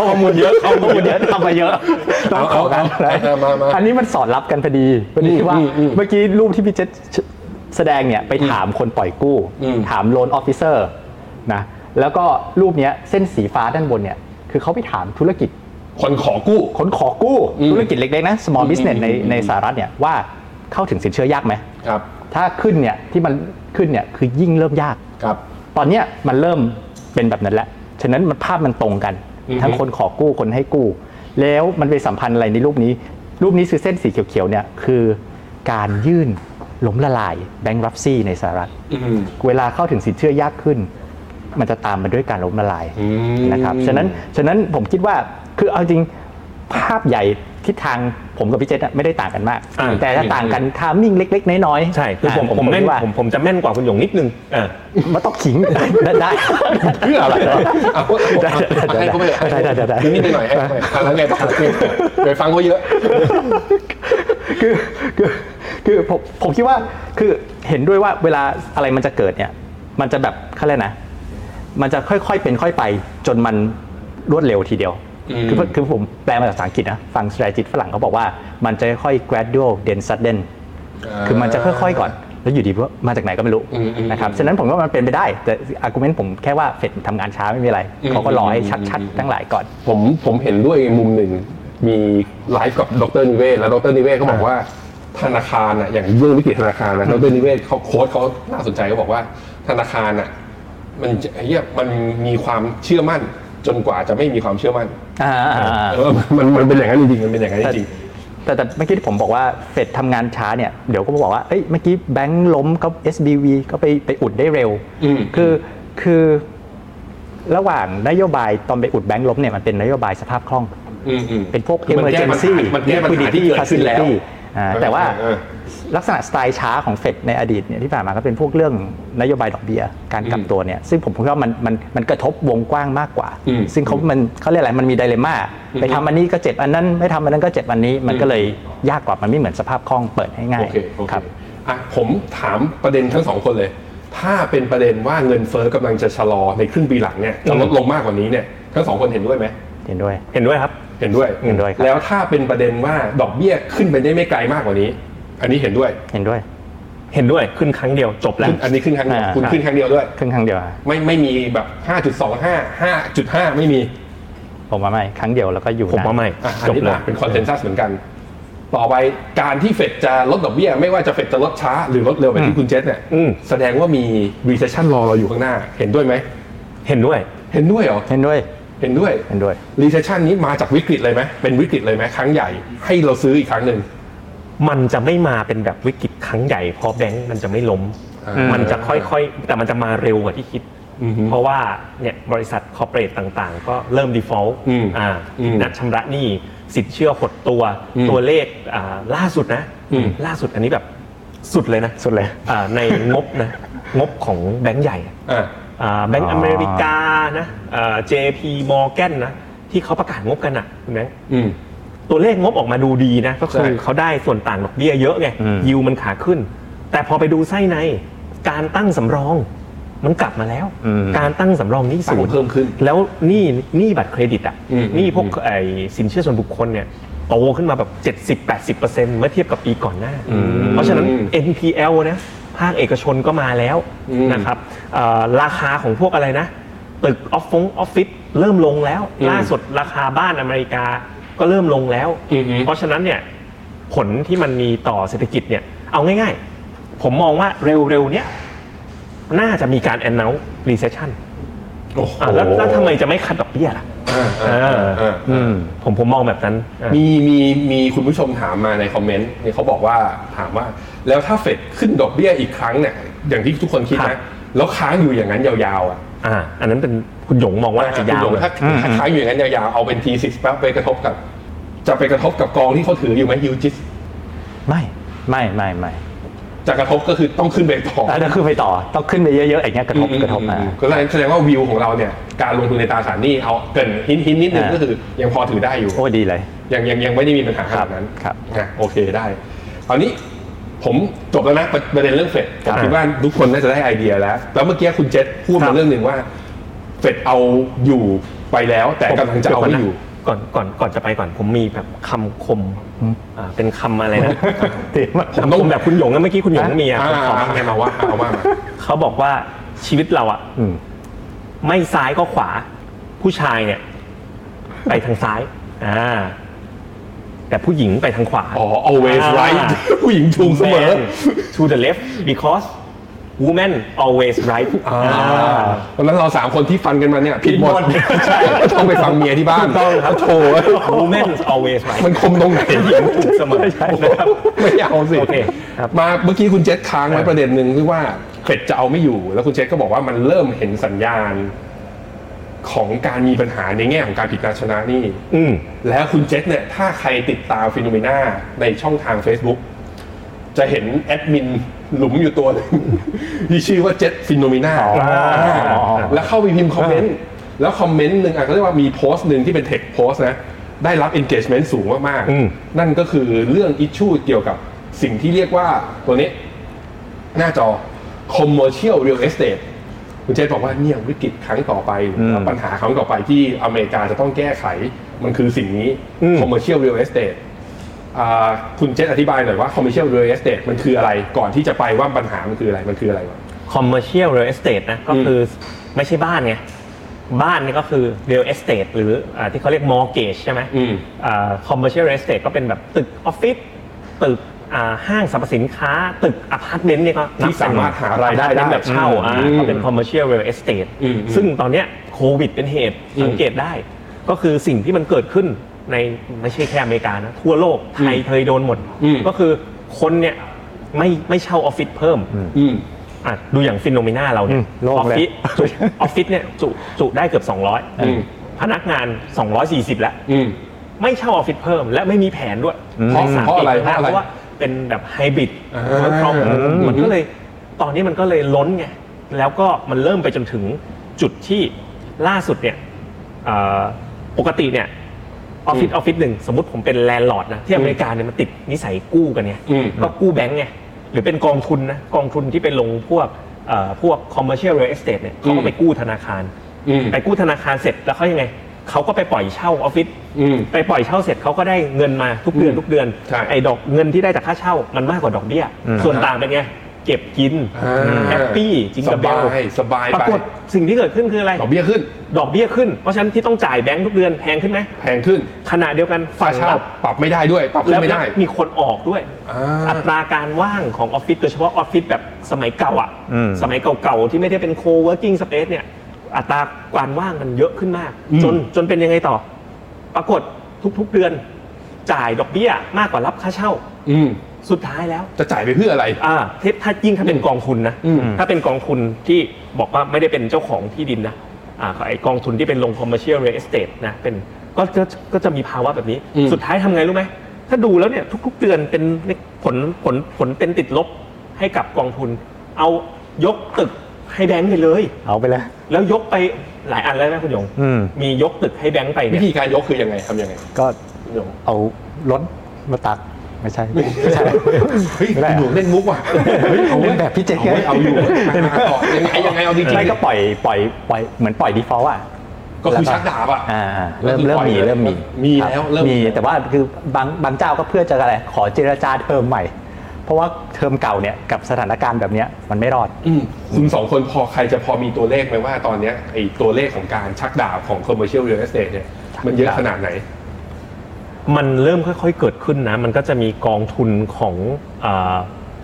D: ข้อมูลเยอะข้อมูลเยอะทำมาเยอะ
C: เอาเอาเอาเอามามา
D: อันนี้มันสอดรับกันพอดีพอดี
C: อืม
D: ว่า
C: อืมอืม
D: เมื่อกี้รูปที่พี่เจษแสดงเนี่ยไปถามคนปล่อยกู้
C: อืม
D: ถามโลนออฟฟิเซอร์นะแล้วก็รูปเนี้ยเส้นสีฟ้าด้านบนเนี่ยคือเขาไปถามธุรกิจ
C: คนขอกู้
D: คนขอกู้
C: อืม
D: ธุรกิจเล็กๆนะ small business
C: อืม
D: ใน
C: อืม
D: ในสหรัฐเนี่ยว่าเข้าถึงสินเชื่อยากไหม
C: ครับ
D: ถ้าขึ้นเนี่ยที่มันขึ้นเนี่ยคือยิ่งเริ่มยาก
C: ครับ
D: ตอนเนี้ยมันเริ่มเป็นแบบนั้นแล้ว ฉะนั้นมันภาพมันตรงกัน
C: อือฮึ
D: ทั้งคนขอกู้คนให้กู้ แล้วมันไปสัมพันธ์อะไรในรูปนี้ รูปนี้คือเส้นสีเขียวๆเนี่ยคือการยื่นล้มละลายแบงก์รับซี่ในสหรัฐ เวลาเข้าถึงสินเชื่อยากขึ้น มันจะตามมาด้วยการล้มละลาย
C: อืม
D: นะครับฉะนั้นฉะนั้นผมคิดว่าคือเอาจริงภาพใหญ่ทิศทางผมกับพี่เจษอะไม่ได้ต่างกันมาก
B: อ่า
D: แต่จะต่างกันทามมิ่งเล็ก ๆ น้อยๆ
B: ใช่คือผม
D: อ่า
B: ผมแม่น
D: คิดว่า
B: ผมผมจะแม่นกว่าคุณหยงนิดนึงอ่า
D: มันต้อง ขิง ได้ได้
C: เพื่ออะไรเอาให้เขาไปนิดหน่อยให้แล้วไงต่อไปฟังเขาเยอะ
D: คือคือคือผมผมคิดว่าคือเห็นด้วยว่าเวลาอะไรมันจะเกิดเนี่ย มันจะแบบเขาเรียกนะ มันจะค่อยๆเป็นค่อยไปจนมันรวดเร็วทีเดียว
C: อืม
D: คือคือผมแปลมาจากภาษาอังกฤษนะฟังสไตรจิตฝรั่งเขาบอกว่ามันจะค่อยๆ gradual then sudden คือมันจะค่อยๆก่อน แล้วอยู่ดีว่ามาจากไหนก็ไม่รู้
C: อืมอืม
D: นะครับ ฉะนั้นผมว่ามันเป็นไปได้ แต่อาร์กุเมนต์ผมแค่ว่าเฟดทำงานช้าไม่มีอะไร
C: อืม
D: เขาก็รอให้ชัดๆ ทั้งหลายก่อน
C: ผมผมเห็นด้วยอีกมุมหนึ่งมีไลฟ์กับดรนิเวศน์แล้วดรนิเวศน์เขาบอกว่าธนาคารอ่ะอย่างเรื่องวิกฤตธนาคารนะดรนิเวศน์เขาโค้ดเขาน่าสนใจเขาบอกว่าธนาคารอ่ะมันจะเฮียมันมีความเชื่อมั่นจนกว่าจะไม่มีความเชื่อมั่น
D: อ่า
C: เออมันมันเป็นอย่างนั้นจริงๆมันเป็นอย่างนั้น
D: แต่
C: จริง
D: แต่แต่เมื่อกี้ที่ผมบอกว่าเฟดทำงานช้าเนี่ย เดี๋ยวก็บอกว่า เอ้ย เมื่อกี้แบงค์ล้มก็ SBV ก็ไปไปอุดได้เร็ว
C: อืม
D: คือคือระหว่างนโยบายตอนไปอุดแบงค์ล้มเนี่ยมันเป็นนโยบายสภาพคล่อง
C: ๆอืมอืม
D: เป็นพวก
C: มันแก้ปัญหา
D: emergency
C: มันแก้ปัญหาที่เกิดขึ้นแล้ว
D: liquidity facility อ่าแต่ว่า
C: เออ
D: ลักษณะสไตล์ช้าของเฟดในอดีตเนี่ยที่ผ่านมาก็เป็นพวกเรื่องนโยบายดอกเบี้ยการกลับตัวเนี่ยซึ่งผมคิดว่ามันมันมันกระทบวงกว้างมากกว่า
C: อืม
D: ซึ่งเขามันเขาเรียกอะไรมันมีไดเลม่าไปทำอันนี้ก็เจ็บอันนั้น ไม่ทำอันนั้นก็เจ็บอันนี้มันก็เลยยากกว่ามันไม่เหมือนสภาพคล่องเปิดให้ง่าย
C: โอเคโอเค
D: ครับ
C: อ่ะผมถามประเด็นทั้งสองคนเลย ถ้าเป็นประเด็นว่าเงินเฟ้อกำลังจะชะลอในครึ่งปีหลังเนี่ยจะลดลงมากกว่านี้เนี่ยทั้งสองคนเห็นด้วยไหม
D: เห็นด้วย
B: เห็นด้วยครับ
C: เห็นด้วย
D: เห็นด้วยครับ
C: แล้วถ้าเป็นประเด็นว่าดอกเบี้ยขึ้นไปได้ไม่ไกลมากกว่านี้ อันนี้เห็นด้วย
D: เห็นด้วย
B: เห็นด้วยขึ้นครั้งเดียวจบแล้ว
C: อันนี้ขึ้นครั้งเดียว
D: อ่า
C: คุณขึ้นครั้งเดียวด้วย
D: ครึ่งครั้งเดียวอะ
C: ไม่ไม่มีแบบ 5.25 5.5 ไม่มี
D: ผมว่าไม่ครั้งเดียวแล้วก็อยู่
B: ผม
D: นาน
B: ว่าไม่
C: อ่ะอัน
B: จบ
C: นี้
B: เลย
C: เป็นคอนเซนแซสเหมือนกัน ต่อไปการที่เฟดจะลดดอกเบี้ย ไม่ว่าจะเฟดจะลดช้าหรือลดเร็วแบบที่คุณเจษเนี่ย
B: อืม
C: แสดงว่ามี recession รอเราอยู่ข้างหน้า เห็นด้วยไหม
B: เห็นด้วย
C: เห็นด้วยเหรอ
D: เห็นด้วย
C: เห็นด้วย
D: เห็นด้วย
C: recession นี้มาจากวิกฤตเลยไหมเป็นวิกฤตเลยไหมครั้งใหญ่ให้เราซื้ออีกครั้งหนึ่ง
B: มันจะไม่มาเป็นแบบวิกฤตครั้งใหญ่เพราะแบงก์มันจะไม่ล้ม
C: อ่ามั
B: มันจะค่อยๆ แต่มันจะมาเร็วกว่าที่คิด
C: อือฮึ
B: เพราะว่าเนี่ยบริษัทคอร์เปอเรทต่างๆ ก็เริ่ม default
C: อืม
B: อ่า
C: อืม
B: นัดชำระหนี้สินเชื่อหดตัว
C: อืม
B: ตัวเลขอ่าล่าสุดนะ
C: อืม
B: ล่าสุดอันนี้แบบสุดเลยนะ
D: สุดเลย
B: อ่าในงบ นะ งบของแบงก์ใหญ่อะ
C: อ่ะ
B: อ่าแบงก์อเมริกานะอ่า JP Morgan นะที่เขาประกาศงบกันอะคุณแบงค์
C: อืม
B: ตัวเลขงบออกมาดูดีนะ ก็คือ
C: ใช่
B: เขาได้ส่วนต่างดอกเบี้ยเยอะไง
D: อืม
B: ยิวมันขาขึ้น แต่พอไปดูไส้ใน การตั้งสำรองมันกลับมาแล้ว การตั้งสำรองหนี่
C: สู
B: ศู
C: ง
B: นย์
C: เพิ่มขึ้น
B: แล้วหนี่นี่บัตรเครดิตอ่ะ
C: อืม
B: หนี่พวก
C: อืม
B: ไอ้สินเชื่อส่วนบุคคลเนี่ยโตขึ้นมาแบบ 70-80%เมื่อเทียบกับปีก่อนหน้า เพราะฉะนั้น NPL นะภาคเอกชนก็มาแล้ว
C: อืม
B: นะครับเอ่อราคาของพวกอะไรนะ ตึกออฟฟงออฟฟิศเริ่มลงแล้ว
C: อืม
B: ล่าสุดราคาบ้านอเมริกาก็เริ่มลงแล้ว
C: อือฮึ
B: เพราะฉะนั้นเนี่ยผลที่มันมีต่อเศรษฐกิจเนี่ยเอาง่ายๆ ผมมองว่าเร็วๆเนี้ยน่าจะมีการ announce recession
C: โอ้โห
B: อ่ะแล้วแล้วทำไมจะไม่คัดดอกเบี้ยล่ะ
C: อ่าอ่า
B: เออ
C: อ่า
B: อืมผมผมมองแบบนั้นอ่ะ
C: มีมีมีคุณผู้ชมถามมาในคอมเมนต์เนี่ยเขาบอกว่าถามว่าแล้วถ้าเฟดขึ้นดอกเบี้ยอีกครั้งเนี่ยอย่างที่ทุกคนคิด
B: ครั
C: นะ
B: บ
C: แล้วค้างอยู่อย่างนั้นยาวๆอ่ะ
B: อ่าอันนั้นเป็นคุณหยงมองว่าอาจจะ
C: คุณ
B: ยา
C: ห
B: ว
C: งถ้าถ้าค้างอยู่อย่างนั้นยาวๆเอาเป็นทีสิปั๊บไปกระทบกับ จะไปกระทบกับกองที่เขาถืออยู่ไหมยูจิส
D: ไม่ไม่ไม่ไม่
C: จะกระทบก็คือต้องขึ้นไปต่อ
D: แล้วถ้าขึ้นไปต่อต้องขึ้นไปเยอะๆอย่างเงี้ยกระทบกระทบอ่า
C: ก็แสดงว่าวิวของเราเนี่ยการลงทุนในตราสารหนี้เอาเกรินหินหินนิดนึง
D: อ่า
C: ก็คือยังพอถือได้อยู่
D: โอ้ดีเลย
C: ยังยังยังไม่ได้มีปัญหาขนาดนั้น
D: ครับ
C: นะโอเคได้คราวนี้ผมจบแล้วนะประประเด็นเรื่องเฟด
B: ค
C: ผม
B: รับ
C: คิดว่าทุกคนน่าจะได้ไอเดียแล้ว แล้วเมื่อกี้คุณเจษพูด
B: ครั
C: มา
B: บ
C: เรื่องหนึ่งว่าเฟดเอาอยู่ไปแล้วแต่กำลังจะเอาไม่อยู่
B: ก่อนก่อนก่อนจะไปก่อนผมมีแบบคำคมอ่าเป็นคำอะไร นะ
C: ผมต้อง
B: คำคมแบบคุณหยงนะเมื่อกี้คุณหยงมีอ่ะ
C: อ่า
B: ผมขอ
C: เอา
B: คำแนะน
C: มาว่าเอาว่ามา
B: ำเขาบอกว่าชีวิตเราอ่ะ
D: อืม
B: ไม่ซ้ายก็ขวา ผู้ชายเนี่ย ไปทางซ้ายอ่าแต่ผู้หญิงไปทางขวา
C: อ๋อ always right
B: อ่า
C: ผู้หญิงถูกเสมอ
B: Man to the left because woman always right อ่า
C: เพราะฉะนั้นเราสามคนที่ฟันกันมาเนี่ยผิดหมด
B: ผิดหมดใช่
C: ต้องไปฟังเมียที่บ้าน
B: ต้องครับโชว์ woman always right
C: มันคมตรงไหน
B: หญิงถูกเสมอนะครับ
C: ไม่เอาสิ
B: โอเคครับ
C: มาเมื่อกี้คุณเจษค้างไว้ประเด็นหนึ่งที่ว่าเฟดจะเอาไม่อยู่ แล้วคุณเจษก็บอกว่ามันเริ่มเห็นสัญญาณของการมีปัญหาในแง่ของการผิดนัดชนะหนี่
B: อืม
C: แล้วคุณเจษเนี่ย ถ้าใครติดตามฟิโนเมนาในช่องทาง Facebook จะเห็นแอดมินหลุมอยู่ตัวหนึง ที่ชื่อว่าเจษฟิโนเมนา
D: อ๋ออ๋ออ๋อ
C: แล้วเข้าไปพิมพ์คอมเมนต์ แล้วคอมเมนต์หนึ่งอ่ะเขาเรียกว่ามีโพสต์หนึ่งที่เป็นเทคโพสต์นะ ได้รับ engagement สูงมาก
B: อืม
C: ๆ นั่นก็คือเรื่องอิชชูเกี่ยวกับสิ่งที่เรียกว่าตัวนี้ หน้าจอ commercial real estate คุณเจษบอกว่าเนี่ยวิกฤตครั้งต่อไปหรือว่า
D: อืม
C: ปัญหาครั้งต่อไปที่อเมริกาจะต้องแก้ไขมันคือสิ่งนี้
B: อืม
C: commercial real estate อ่าคุณเจษอธิบายหน่อยว่า commercial real estate มันคืออะไรก่อนที่จะไปว่าปัญหามันคืออะไรมันคืออะไรวะ
B: commercial real estate นะก็คือไม่ใช่บ้านไงบ้านนี่ก็คือ real estate หรืออาที่เขาเรียก mortgage ใช่ไหม
C: อืม
B: อ่า commercial real estate ก็เป็นแบบตึกออฟฟิศตึกอ่าห้างสรรพสินค้า ตึกอพาร์ตเมนต์เนี่ยก็นับ
C: ที่สามารถหารายได้
B: เป็น
C: ได้
B: แบบเช่าอ่าก็เป็น commercial real estate
C: อืม
B: ซึ่งตอนเนี้ยโควิดเป็นเหตุ
C: อืม
B: สังเกตได้ ก็คือสิ่งที่มันเกิดขึ้นในไม่ใช่แค่อเมริกานะ ทั่วโลกไทยเคยโดนหมด
C: อืม
B: ก็คือคนเนี่ยไม่ไม่เช่าออฟฟิศเพิ่ม
C: อืม
B: อ่ะดูอย่างฟินโนเมนาเราเนี่ย
D: อืมโล่
B: อง อฟ
D: เลย
B: ฟิศ จุออฟฟิศเนี่ยจุจุได้เกือบ
C: อืม
B: 200 พนักงาน 240 แล้ว
C: อืม
B: ไม่เช่าออฟฟิศเพิ่ม และไม่มีแผนด้วย
D: อืม
B: ในสม
C: เพราะอะไร
B: ปีข้งหน้
C: เพราะอะ
B: เพ
C: ไร
B: ราะว่าเป็นแบบไฮบริด
C: อ่า
B: พร้อมมันก็เลยตอนนี้มันก็เลยล้นไง แล้วก็มันเริ่มไปจนถึงจุดที่ล่าสุดเนี่ยเอ่อปกติเนี่ยออฟฟิศออฟฟิศหนึ่งสมมติผมเป็นแลนด์ลอร์ดนะที่อเมริกาเนี่ยมันติดนิสัยกู้กันไง
C: อืม
B: ก็กู้แบงก์ไงหรือเป็นกองทุนนะกองทุนที่ไปลงพวกเอ่อพวก commercial real estate เนี่ยเขา
C: อื
B: ก็
C: ม
B: ไปกู้ธนาคาร
C: อืม
B: ไปกู้ธนาคารเสร็จแล้วเขายังไงเขาก็ไปปล่อยเช่าออฟฟิศ
C: อืม
B: ไปปล่อยเช่าเสร็จเขาก็ได้เงินมาทุกเดือน
C: อืม
B: ทุกเดือน
C: ใช่
B: ไอ้ดอกเงินที่ได้จากค่าเช่ามันมากกว่าดอกเบี้ย
D: อืม
B: ส่วนต่างเป็นไงเก็บกิน
C: อ่า
B: แฮปปี้จริงกับเบล
C: สบายสบายไป
B: ปรากฏสิ่งที่เกิดขึ้นคืออะไร
C: ดอกเบี้ยขึ้น
B: ดอกเบี้ยขึ้นเพราะฉะนั้นที่ต้องจ่ายแบงค์ทุกเดือนแพงขึ้นไหม
C: แพงขึ้น
B: ขณะเดียวกัน
C: ค่า
B: ฝั่ง
C: เช่า
B: เรา
C: ปรับไม่ได้ด้วย ปรับขึ้นไม่ได้
B: แล้วมีคนออกด้วย
C: อ่า
B: อัตราการว่างของออฟฟิศโดยเฉพาะออฟฟิศแบบสมัยเก่าอ่ะ
D: อืม
B: สมัยเก่าๆ ที่ไม่ได้เป็นโคเวิร์กิ้งสเปซเนี่ย อัตราการว่างมันเยอะขึ้นมาก
C: อืม
B: จนจนเป็นยังไงต่อ ปรากฏทุกๆเดือน จ่ายดอกเบี้ยมากกว่ารับค่าเช่า
C: อืม
B: สุดท้ายแล้ว
C: จะจ่ายไปเพื่ออะไร
B: อ่าถ้าถ้ายิ่งถ้าเป็นกองทุนนะ
C: อืม
B: ถ้าเป็นกองทุนที่บอกว่าไม่ได้เป็นเจ้าของที่ดินนะอ่าไอกองทุนที่เป็นลง commercial real estate นะเป็นก็ก็ก็จะมีภาวะแบบนี้
C: อืม
B: สุดท้ายทำไงรู้ไหม ถ้าดูแล้วเนี่ยทุกๆเดือนเป็นผลผลผลเป็นติดลบให้กับกองทุน เอายกตึกให้แบงค์ไปเลย
D: เอาไปเลย
B: แล้วยกไปหลายอันแล้วนะคุณหยง
D: อืม
B: มียกตึกให้แบงค์ไป
C: วิ
B: เนี่ย
C: ธีการยกคือยังไงทำยังไง
D: ก็
C: คุณหยง
D: เอารถมาตักไม่ใช่
C: เฮ้ย
D: ไม่ได้
C: คุณหยงเล่นมุกว่ะเฮ้ยอาว้ย
D: เล่นแบบพี่เจ๊
C: อาว้ยเอาอยู่
D: เล่นแบบ
C: ต่อยังไงยังไงเอาจริง
D: ไม่
C: ๆ
D: ก็ปล่อยปล่อยปล่อยเหมือนปล่อย default อ่ะ
C: ก็คือชักดาบอ่ะ
D: อ่าเริ่มเริ่มมีเริ่มมี
C: มี
D: ครับ
C: แล้วเริ่ม
D: มีแต่ว่าคือบางบางเจ้าก็เพื่อจะอะไรขอเจรจาเทอมใหม่ เพราะว่าเทอมเก่าเนี่ยกับสถานการณ์แบบเนี้ยมันไม่รอด
C: อืมคุณสองคนพอใครจะพอมีตัวเลขไหมว่าตอนเนี้ยไอ้ตัวเลขของการชักดาบของ commercial real estate เนี่ยมันเยอะขนาดไหน
B: มันเริ่มค่อยๆเกิดขึ้นนะ มันก็จะมีกองทุนของอา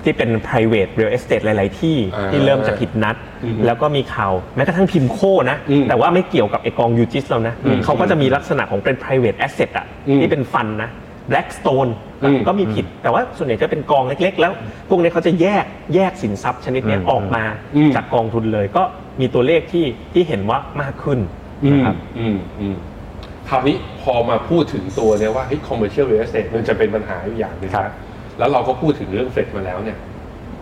B: ที่เป็น private real estate หลาย ๆ ที่
C: อ่า
B: ที่เริ่มจะผิดนัด
C: อืม
B: แล้วก็มีข่าวแม้กระทั่งพิมโคนะ
C: อืม
B: แต่ว่าไม่เกี่ยวกับไอกองยูจิสเรานะ
C: อืม
B: เขาก็จะมีลักษณะของเป็น private asset อะ
C: อืม
B: ที่เป็นฟันนะ Blackstone
C: อืม
B: ก็มีผิด แต่ว่าส่วนใหญ่จะเป็นกองเล็ก ๆ แล้ว พวกนี้เขาจะแยกแยกสินทรัพย์ชนิดเนี้ย
D: อืม
B: ออกมา
C: อืม
B: จากกองทุนเลยก็มีตัวเลขที่ที่เห็นว่ามากขึ้น
C: อืม
B: นะครับ
C: อืมอืมคราวนี้พอมาพูดถึงตัวเนี่ยว่าเฮ้ย commercial real estate มันจะเป็นปัญหาอยู่อย่างหนึง
D: ครับ
C: นะแล้วเราก็พูดถึงเรื่องเฟดมาแล้วเนี่ย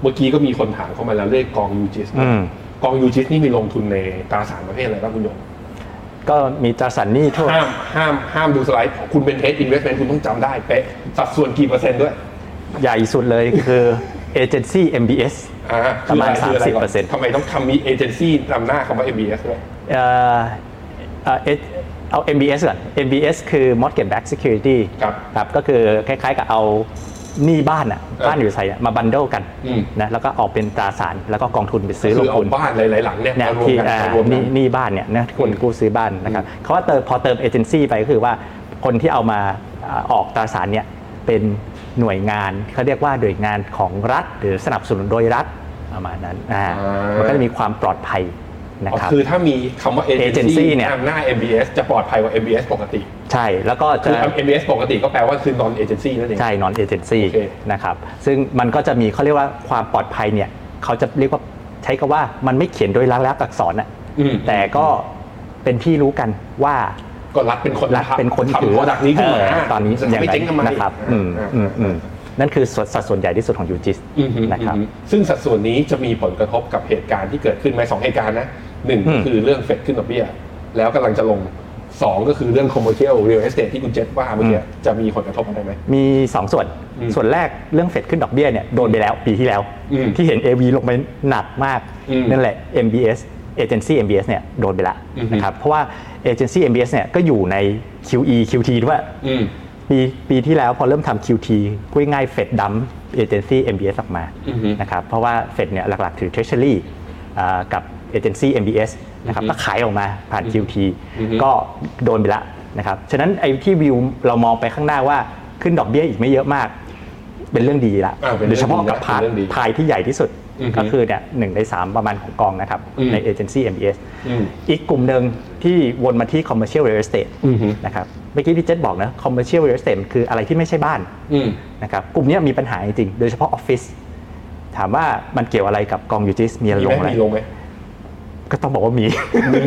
C: เมื่อกี้ก็มีคนถามเข้ามาแล้วเลขกองยูจิส
D: อืม
C: กองยูจิสนี่มีลงทุนในตราสารประเภทอะไรบ้างคุณหยง
D: ก็มีตราสันนี่ทั่ว
C: ห้ามห้ามห้ามดูสไลด์คุณเป็นเทสอินเวสเมนต์คุณต้องจำได้เป๊ะสัดส่วนกี่เปอร์เซ็นต์ด้วย
D: ใหญ่สุดเลยคือเอเจนซี่ MBS
C: อ่า
D: ประมาณ
C: คืออไคืออะไก่
D: 30%
C: ทำไมต้องคำมีเอเจนซี่นำหน้าคำว่า MBS ด้วย
D: เอ่อเอ่อ H- เอา MBS ก่อน MBS คือ Mortgage Backed Security
C: ครับ
D: ครับก็คือคล้าย ๆ กับเอาหนี้บ้านอ่ะบ้านอยู่ใส่อะมาบันเดิลกัน
C: อืม
D: นะแล้วก็ออกเป็นตราสารแล้วก็กองทุนไปซื้อล
C: คื
D: ง
C: อเอา
D: ทุน
C: บ้านหลายๆหลังเนี่ย
D: เนี่ย
C: มารวม
D: ที่
C: กั
D: อ่าม
C: นารวม
D: ห
C: กั
D: นี่
C: น
D: หนี่บ้านเนี่ยนะคน
C: อืม
D: กู้ซื้อบ้านนะครับเขาว่าเติมพอเติมเอเจนซี่ไปก็คือว่าคนที่เอามาอ่าออกตราสารเนี่ยเป็นหน่วยงานเขาเรียกว่าหน่วยงานของรัฐ หรือสนับสนุนโดยรัฐประมาณนั้นอ่า
C: อ่ามั
D: มันก็จะมีความปลอดภัยนะ
C: อ๋อ
D: ครับ
C: คือถ้ามีคำว่าเอเจน
D: agency
C: ซี่
D: เนี่ย
C: นำหน้า MBS จะปลอดภัยกว่า MBS ปกติ
D: ใช่แล้วก็
C: คื
D: จะ
C: อ MBS ปกติก็แปลว่าคือ non agency นั่นเอง
D: ใช่นอนเอเจนซี่
C: โอเค
D: นะครับซึ่งมันก็จะมีเขาเรียกว่าความปลอดภัยเนี่ยเขาจะเรียกว่าใช้คำว่ามันไม่เขียนโดยลักษณ์อักษรอ่ะ
C: อืม
D: แต่ก็เป็นที่รู้กันว่า
C: ก็รัฐเป็นคน
D: รัฐเป็นคนถื
C: ทำ
D: อ
C: โปรดักนี้ขึ้นมา
D: เออตอนนี้
C: จะ
D: อย่าง
C: ไม่
D: ไร
C: เจ๊งทำไม
D: นะครับอืม
C: อ่า
D: อืมอืมนั่นคือส่วนสัดส่วนใหญ่ที่สุดของยูจิส
C: อืมอืม
D: นะครับ
C: อืมซึ่งสัดส่วนนี้จะมีผลกระทบกับเหตุการณ์ที่เกิดขึ้นไหมสองเหตุการณ์นะหนึ่ง
D: อืม
C: คือเรื่องเฟดขึ้นดอกเบี้ย แล้วกำลังจะลงสองก็คือเรื่อง commercial real estate ที่คุณเจษว่าเมื่อกี้จะมีผลกระทบอะไรไหม
D: มี 2 ส่วน
C: อืม
D: ส่วนแรกเรื่องเฟดขึ้นดอกเบี้ยเนี่ยโดนไปแล้วปีที่แล้ว
C: อืม
D: ที่เห็น AV ลงไปหนักมาก
C: อืม
D: นั่นแหละ MBS เอเจนซี่ MBS เนี่ยโดนไปละ
C: อือฮึ
D: นะครับเพราะว่าเอเจนซี่ MBS เนี่ยก็อยู่ใน QE QT ด้วย
C: อืม
D: ปีปีที่แล้วพอเริ่มทำ QT พูดง่ายเฟดดัมเอเจนซี่ MBS ออกมา
C: อือฮึ
D: นะครับเพราะว่าเฟดเนี่ยหลักๆ ถือ Treasury อ่ากับเอเจนซี่ MBS นะครับก็ขายออกมาผ่าน QT
C: อือฮึ
D: ก็โดนไปละนะครับฉะนั้นไอ้ที่วิวเรามองไปข้างหน้าว่าขึ้นดอกเบี้ยอีกไม่เยอะมาก เป็นเรื่องดีละ
C: อ่าเป็น
D: โด
C: เรื่
D: ย
C: อง
D: เฉพาะกับ
C: ดีนะ
D: พาร์ท
C: เป็นเรื่องดี
D: พายที่ใหญ่ที่สุด
C: อือฮึ
D: ก็คือเนี่ยหนึ่งในสามประมาณของกองนะครับ
C: อืม
D: ในเอเจนซี่ MBS
C: อืม
D: อีกกลุ่มหนึ่งที่วนมาที่ commercial real estate
C: อือฮึ
D: นะครับเมื่อกี้ที่เจษบอกนะ commercial real estate มันคืออะไรที่ไม่ใช่บ้าน
C: อืม
D: นะครับกลุ่มเนี้ยมีปัญหาจริงๆ โดยเฉพาะออฟฟิศถามว่ามันเกี่ยวอะไรกับกองยูจิสมีอะไร
C: มี
D: ล
C: ไหม
D: งอะไร
C: มีลงไหม
D: ก็ต้องบอกว่ามี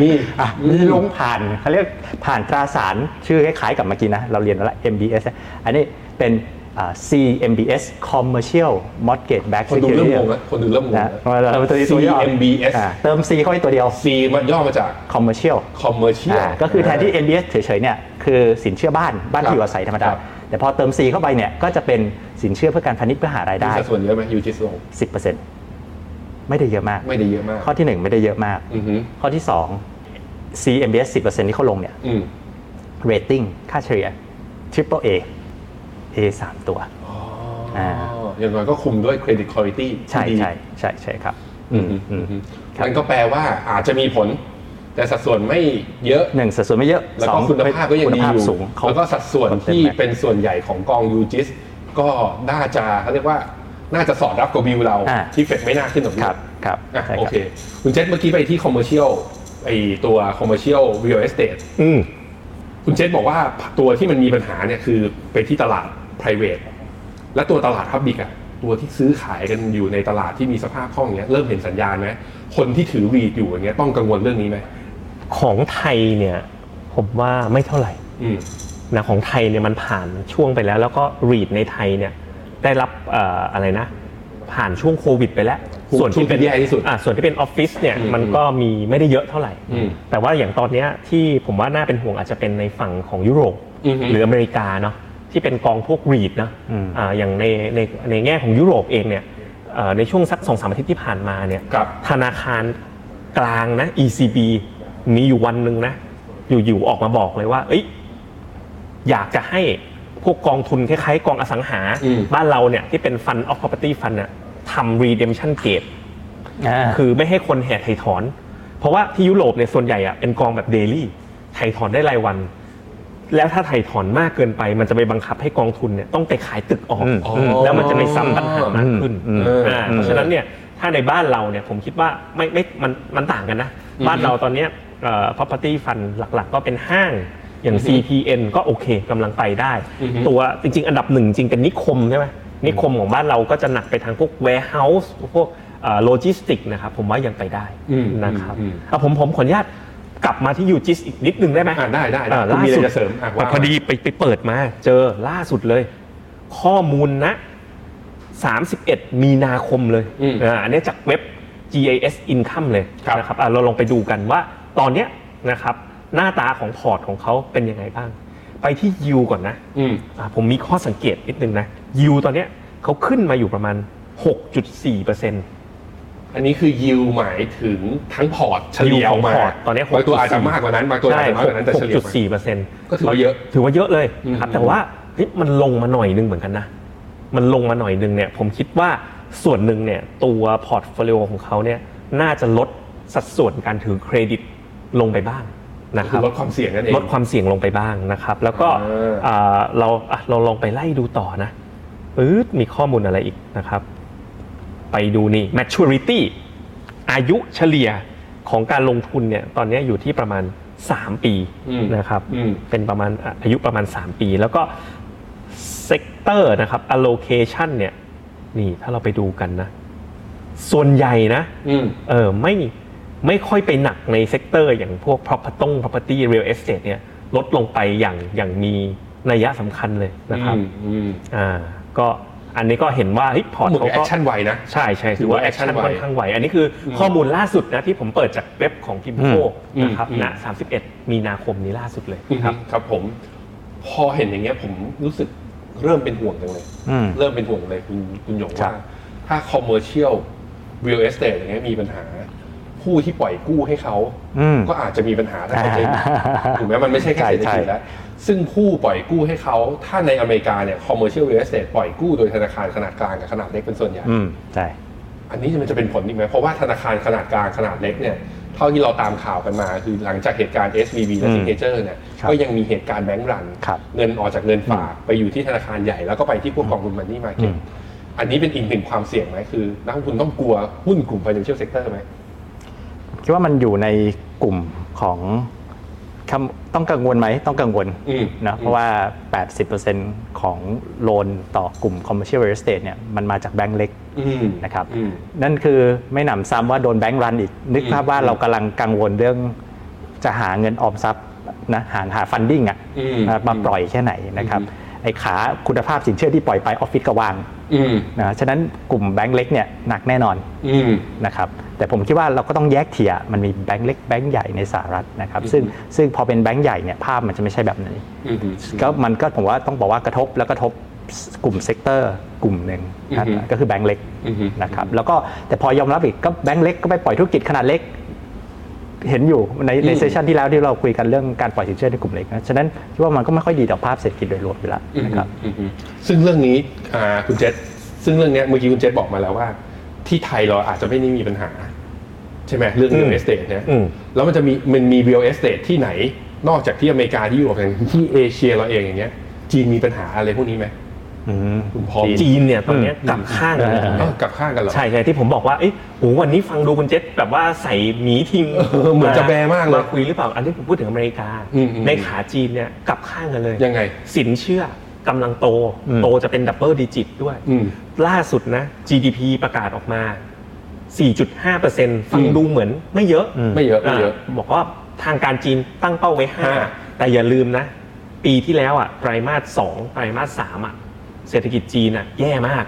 C: มี
D: อ่ะมีลงผ่านเขาเรียกผ่านตราสารชื่อคล้ายๆกับเมื่อกี้นะ เราเรียนมาแล้ว MBS นะอันนี้เป็นอ่า CMBS Commercial Mortgage Back
C: คนดูเริ่มงงแล้วคนดูเริ่มงง
D: นะ
C: แล้ว
D: เราตัวนี้ตัวย่อ
C: CMBS
D: อ่าเติม C เข้าไปตัวเดียว
C: C มันย่อมาจาก
D: Commercial
C: commercial
D: อ่าก็คือแทนที่ MBS เฉยๆเนี่ยคือสินเชื่อบ้านบ้านที่อยู่อาศัยธรรมดา
C: ครับ
D: แต่พอเติม C เข้าไปเนี่ยก็จะเป็นสินเชื่อเพื่อการพาณิชย์เพื่อหาราย
C: มี
D: ได้
C: สัดส่วนเยอะไหมยูจิสลง
D: 10%ไม่ได้เยอะมาก
C: ไม่ได้เยอะมาก
D: ข้อที่หนึ่งไม่ได้เยอะมาก
C: อือหือ
D: ข้อที่ 2 CMBS 10%ที่เขาลงเนี่ย
C: อืม
D: เรตติ้งค่าเฉลี่ย Triple A A 3 ตัว
C: อ๋ออย่างน้อยก็คุมด้วย credit quality ที่
D: ใช่
C: ดี
D: ใช่ใช่ใช่ครับ
C: อื
D: อื
C: ม
D: ม
C: อื
D: อื
C: ม
D: ม
C: อืมมันก็แปลว่าอาจจะมีผล แต่สัดส่วนไม่เยอะ
D: หนึ่งสัดส่วนไม่เยอะ
C: แล้ว
D: สอ
C: ก็
D: ง
C: คุณภาพก็ยัง
D: คุณ
C: ดี
D: ภาพ
C: อยู่
D: สูงเขา
C: แล้วก็สัดส่วน
D: คเต็ม
C: ที่
D: ไหม
C: เป็นส่วนใหญ่ของกองยูจิสก็น่าจะเขาเรียกว่าน่าจะสอดรับกับวิวเรา
D: อ่า
C: ที่เฟดไม่น่าขึ้นหรอก
D: ครับครับ
C: อ่ะ
D: ใช่
C: โอ
D: รับ
C: เค คุณเจษเมื่อกี้ไปที่ commercial ไอตัว commercial real estate
B: อืม
C: คุณเจษบอกว่าตัวที่มันมีปัญหาเนี่ยคือไปที่ตลาด private และตัวตลาด public อะตัวที่ซื้อขายกันอยู่ในตลาดที่มีสภาพคล่องเนี้ยเริ่มเห็นสัญญาณไหมคนที่ถือวีดอยู่อย่างเงี้ยต้องกังวลเรื่องนี้ไหม
B: ของไทยเนี่ยผมว่าไม่เท่าไหร่
C: อืม
B: นะของไทยเนี่ยมันผ่านช่วงไปแล้ว แล้วก็รีดในไทยเนี่ยได้รับเอ่ออะไรนะ ผ่านช่วงโควิดไปแล้ว
C: ช่วง
B: ส่วนที่เป็น
C: ที่แย่ที่สุด
B: อ่ะส่วนที่เป็นออฟฟิศเนี่ย
C: อืม
B: มันก็มีไม่ได้เยอะเท่าไหร่
C: อืม
B: แต่ว่าอย่างตอนเนี้ยที่ผมว่าน่าเป็นห่วงอาจจะเป็นในฝั่งของยุโรป
C: อือฮึ
B: หรืออเมริกาเนาะที่เป็นกองพวกรีดนะอ่าอย่างในในในแง่ของยุโรปเองเนี่ยเอ่อในช่วงสักสองสามอาทิตย์ที่ผ่านมาเนี่ย
C: กับ
B: ธนาคารกลางนะ ECB มีอยู่วันหนึ่งนะ อยู่ๆออกมาบอกเลยว่า เอ้ยอยากจะให้พวกกองทุนคล้ายๆ กองอสังหา
C: อืม
B: บ้านเราเนี่ยที่เป็น Fund of Property Fund น่ะทำ redemption gate
D: อ่า
B: คือไม่ให้คนแห่ไถ่ถอน เพราะว่าที่ยุโรปเนี่ยส่วนใหญ่อะเป็นกองแบบเดลี่ไถ่ถอนได้รายวัน แล้วถ้าไถ่ถอนมากเกินไป มันจะไปบังคับให้กองทุนเนี่ยต้องไปขายตึกออก
D: อืม
C: อ๋อ
B: แล้วมันจะไปซ้ำปัญหามากขึ้น
D: อืม
C: อืม
B: อ่า
C: อืม
B: เพราะฉะนั้นเนี่ยถ้าในบ้านเราเนี่ยผมคิดว่าไม่ไม่มันมันต่างกันนะ บ้านเราตอนเนี้ยเอ่อ property fund หลักๆ ก็เป็นห้างอย่าง CPN ก็โอเคกำลังไปได้
C: อือฮึ
B: ตัวจริง ๆ อันดับหนึ่งจริงเป็นนิคมใช่ไหมนิคมของบ้านเราก็จะหนักไปทางพวก warehouse พวกโลจิสติกนะครับผมว่ายังไปได้
C: อืม
B: นะครับ
C: อืมอืม
B: อ่ะผมผมขออนุญาตกลับมาที่ยูจิสอีกนิดนึงได้ไหม
C: อ่ะได้ได้ได้
B: อ่า
C: คุณ
B: ล่า
C: มีอะไร
B: สุด
C: จะเสริมอ่ะว่ามา
B: พอดีไปไปเปิดมาเจอล่าสุดเลย ข้อมูลนะ 31 มีนาคมเลย
C: อืม
B: อ่าอันนี้จากเว็บ GIS Income เลย
C: ครับ
B: นะครับอ่ะเราลองไปดูกันว่าตอนเนี้ยนะครับหน้าตาของพอร์ตของเขาเป็นยังไงบ้าง ไปที่ยิวก่อนนะ
C: อืม
B: อ่ะผมมีข้อสังเกตนิดนึงนะยิวตอนเนี้ยเขาขึ้นมาอยู่ประมาณ 6.4%เปอร์เซ็นต์
C: อันนี้คือยิวหมายถึงทั้งพอร์ตเฉลี่ยออก
B: ของ
C: มา
B: พอร์ตตอนนี้
C: บางตัวอาจจะ
B: 6.4
C: มากกว่านั้นบางตัวอาจจะมากกว่านั้นแต่เฉลี่ยออกมา
B: 6.4เปอร์เซ็นต์
C: ก็ถือว่าเยอะ
B: ถือว่าเยอะเลยนะครับ
C: อืม
B: แต่ว่าเฮ้ยมันลงมาหน่อยนึงเหมือนกันนะ มันลงมาหน่อยนึงเนี่ย ผมคิดว่าส่วนหนึ่งเนี่ยตัวพอร์ตโฟลิโอของเขาเนี่ยน่าจะลดสัดส่วนการถือเครดิตลงไปบ้างนะค
C: คื
B: รั
C: อบ ลดความเสี่ยงนั่นเอง
B: ลดความเสี่ยงลงไปบ้างนะครับ แล้วก็
C: อ่า
B: อ่าเราอ่ะเราลองไปไล่ดูต่อนะปื๊ดมีข้อมูลอะไรอีกนะครับ ไปดูนี่ maturity อายุเฉลี่ยของการลงทุนเนี่ยตอนนี้อยู่ที่ประมาณ 3 ปี
C: อืม
B: นะครับ
C: อืม
B: เป็นประมาณอ่ะอายุประมาณ 3 ปี แล้วก็เซกเตอร์นะครับ allocation เนี่ยนี่ถ้าเราไปดูกันนะ ส่วนใหญ่นะ
C: อืม
B: เออไม่ไม่ค่อยไปหนักในเซกเตอร์อย่างพวก property property real estate เนี่ยลดลงไปอย่างอย่างมีนัยสำคัญเลยนะครับ
C: อืมอืม
B: อ่าก็อันนี้ก็เห็นว่าเฮ้ยพอร์ต
C: เหมือน
B: เขา
C: แอ
B: ก็
C: คชั่นไวนะ
B: ใช่ใช่
C: ถื
B: ถื
C: อ
B: อ
C: ว่า
B: ว่าแอคชั่น
C: action ไว
B: ค่อนข้างไหว อันนี้คืออข้อมูลล่าสุดนะที่ผมเปิดจากเว็บของพิมพ์โค
C: อืม
B: นะครับ
C: อืม
B: ณ31 มีนาคมนี้ล่าสุดเลย
C: อืม
B: ครับ
C: ครับผม พอเห็นอย่างเงี้ยผมรู้สึกเริ่มเป็นห่วงจังเลย
D: อืม
C: เริ่มเป็นห่วงเลยคุณคุณหยง
D: ครั
C: ว่า
D: บ
C: ถ้า commercial real estate อย่างเงี้ยมีปัญหา ผู้ที่ปล่อยกู้ให้เขา
D: อืม
C: ก็อาจจะมีปัญหาทางการเงิน ถูกไหมมันไม่ใช่แค่
D: ใช่
C: เศรษฐกิจ
D: ใช่
C: แล้ว ซึ่งผู้ปล่อยกู้ให้เขาถ้าในอเมริกาเนี่ย commercial real estate ปล่อยกู้โดยธนาคารขนาดกลางกับขนาดเล็กเป็นส่วนใหญ่
D: อืมใช่
C: อันนี้มันจะเป็นผลอีกไหมเพราะว่าธนาคารขนาดกลางขนาดเล็กเนี่ย เท่าที่เราตามข่าวกันมา คือหลังจากเหตุการณ์ SVB และ
D: อืม
C: Signature เนี่ย
D: ครับ
C: ก็ยังมีเหตุการณ์แบงก์รัน
D: ครับ
C: เงินออกจากเงินฝากไปอยู่ที่ธนาคารใหญ่แล้วก็ไปที่พวกกองทุนมันนี่มาเก็
D: อื
C: ต
D: ม
C: อันนี้เป็นอีกหนึ่งความเสี่ยงไหมคือ นักลงทุนต้องกลัวหุ้นกลุ่ม financial sector ไหม
D: คิดว่ามันอยู่ในกลุ่มของคำต้องกังวลไหมต้องกังวล
C: อืม
D: นะ
C: อืม
D: เพราะว่า 80%ของโลนต่อกลุ่ม commercial real estate เนี่ยมันมาจากแบงก์เล็ก
C: อืม
D: นะครับ
C: อืม
D: นั่นคือไม่หนำซ้ำว่าโดนแบงก์รันอีก นึกภาพว่าเรากำลังกังวลเรื่องจะหาเงินออมทรัพย์นะหาหาฟันดิ้งอ่ะ
C: อืม
D: นะมาปล่อยแค่ไหนนะครับ
C: อืม
D: ไอ้ขาคุณภาพสินเชื่อที่ปล่อยไปออฟฟิศก็วาง
C: อืม
D: นะฉะนั้นกลุ่มแบงก์เล็กเนี่ยหนักแน่นอน
C: อืม
D: นะครับแต่ผมคิดว่าเราก็ต้องแยกเทียร์มันมีแบงก์เล็กแบงก์ใหญ่ในสหรัฐนะครับซึ่งซึ่งพอเป็นแบงก์ใหญ่เนี่ยภาพมันจะไม่ใช่แบบนี้
C: อืม
D: ก็มันก็ผมว่าต้องบอกว่ากระทบแล้วกระทบกลุ่มเซกเตอร์กลุ่มหนึ่งนะ
C: อือฮึ
D: ก็คือแบงก์เล็ก
C: อือฮึ
D: นะครับแล้วก็แต่พอยอมรับอีกก็แบงก์เล็กก็ไปปล่อยธุรกิจขนาดเล็ก เห็นอยู่ในในเซสชันที่แล้วที่เราคุยกันเรื่องการปล่อยสินเชื่อในกลุ่มเล็กนะฉะนั้นคิดว่ามันก็ไม่ค่อยดีต่อภาพเศรษฐกิจโดยรวมอยู่แล้วนะครับ
C: อืมอืมซึ่งเรื่องนี้อ่าคุณเจษซึ่งเรื่องเนี้ยเมื่อกี้คุณเจษบอกมาแล้วว่า ที่ไทยเราอาจจะไม่ได้มีปัญหา ใช่ไหมเรื่อง real estate เนี่ย
B: อืม
C: แล้วมันจะมีมันมี real estate ที่ไหน นอกจากที่อเมริกาที่ยุโรปอย่างที่เอเชียเราเองอย่างเงี้ย จีนมีปัญหาอะไรพวกนี้ไหมคุณพอ
B: จีนเนี่ยตอนเนี้ยกลับข้างเลย
C: เอ้ากลับข้างกันเหรอ
B: ใช่ใช่ที่ผมบอกว่าเอ้ยโอ้วันนี้ฟังดูคุณเจษแบบว่าใส่หมีทิง
C: อเหมือนจะแบมากเลย
B: มาคุยหรือเปล่าอันนี้ผมพูดถึงอเมริกา
C: อืมอืม
B: ในขาจีนเนี่ยกลับข้างกันเลย
C: ยังไง
B: สินเชื่อกำลังโต
D: อืม
B: โตจะเป็นดับเบิลดิจิตด้วย
C: อืม
B: ล่าสุดนะ GDP ประกาศออกมา 4.5%ฟัง
C: อืม
B: ดูเหมือนไม่เยอะ
C: ไม่เยอะไม่เยอะ
B: าบอกว่าทางการจีนตั้งเป้าไว้
C: ห้า
B: 5 แต่อย่าลืมนะ ปีที่แล้วอ่ะไตรมาส2ไตรมาส3อ่ะเศรษฐกิจจีนอ่ะแย่มาก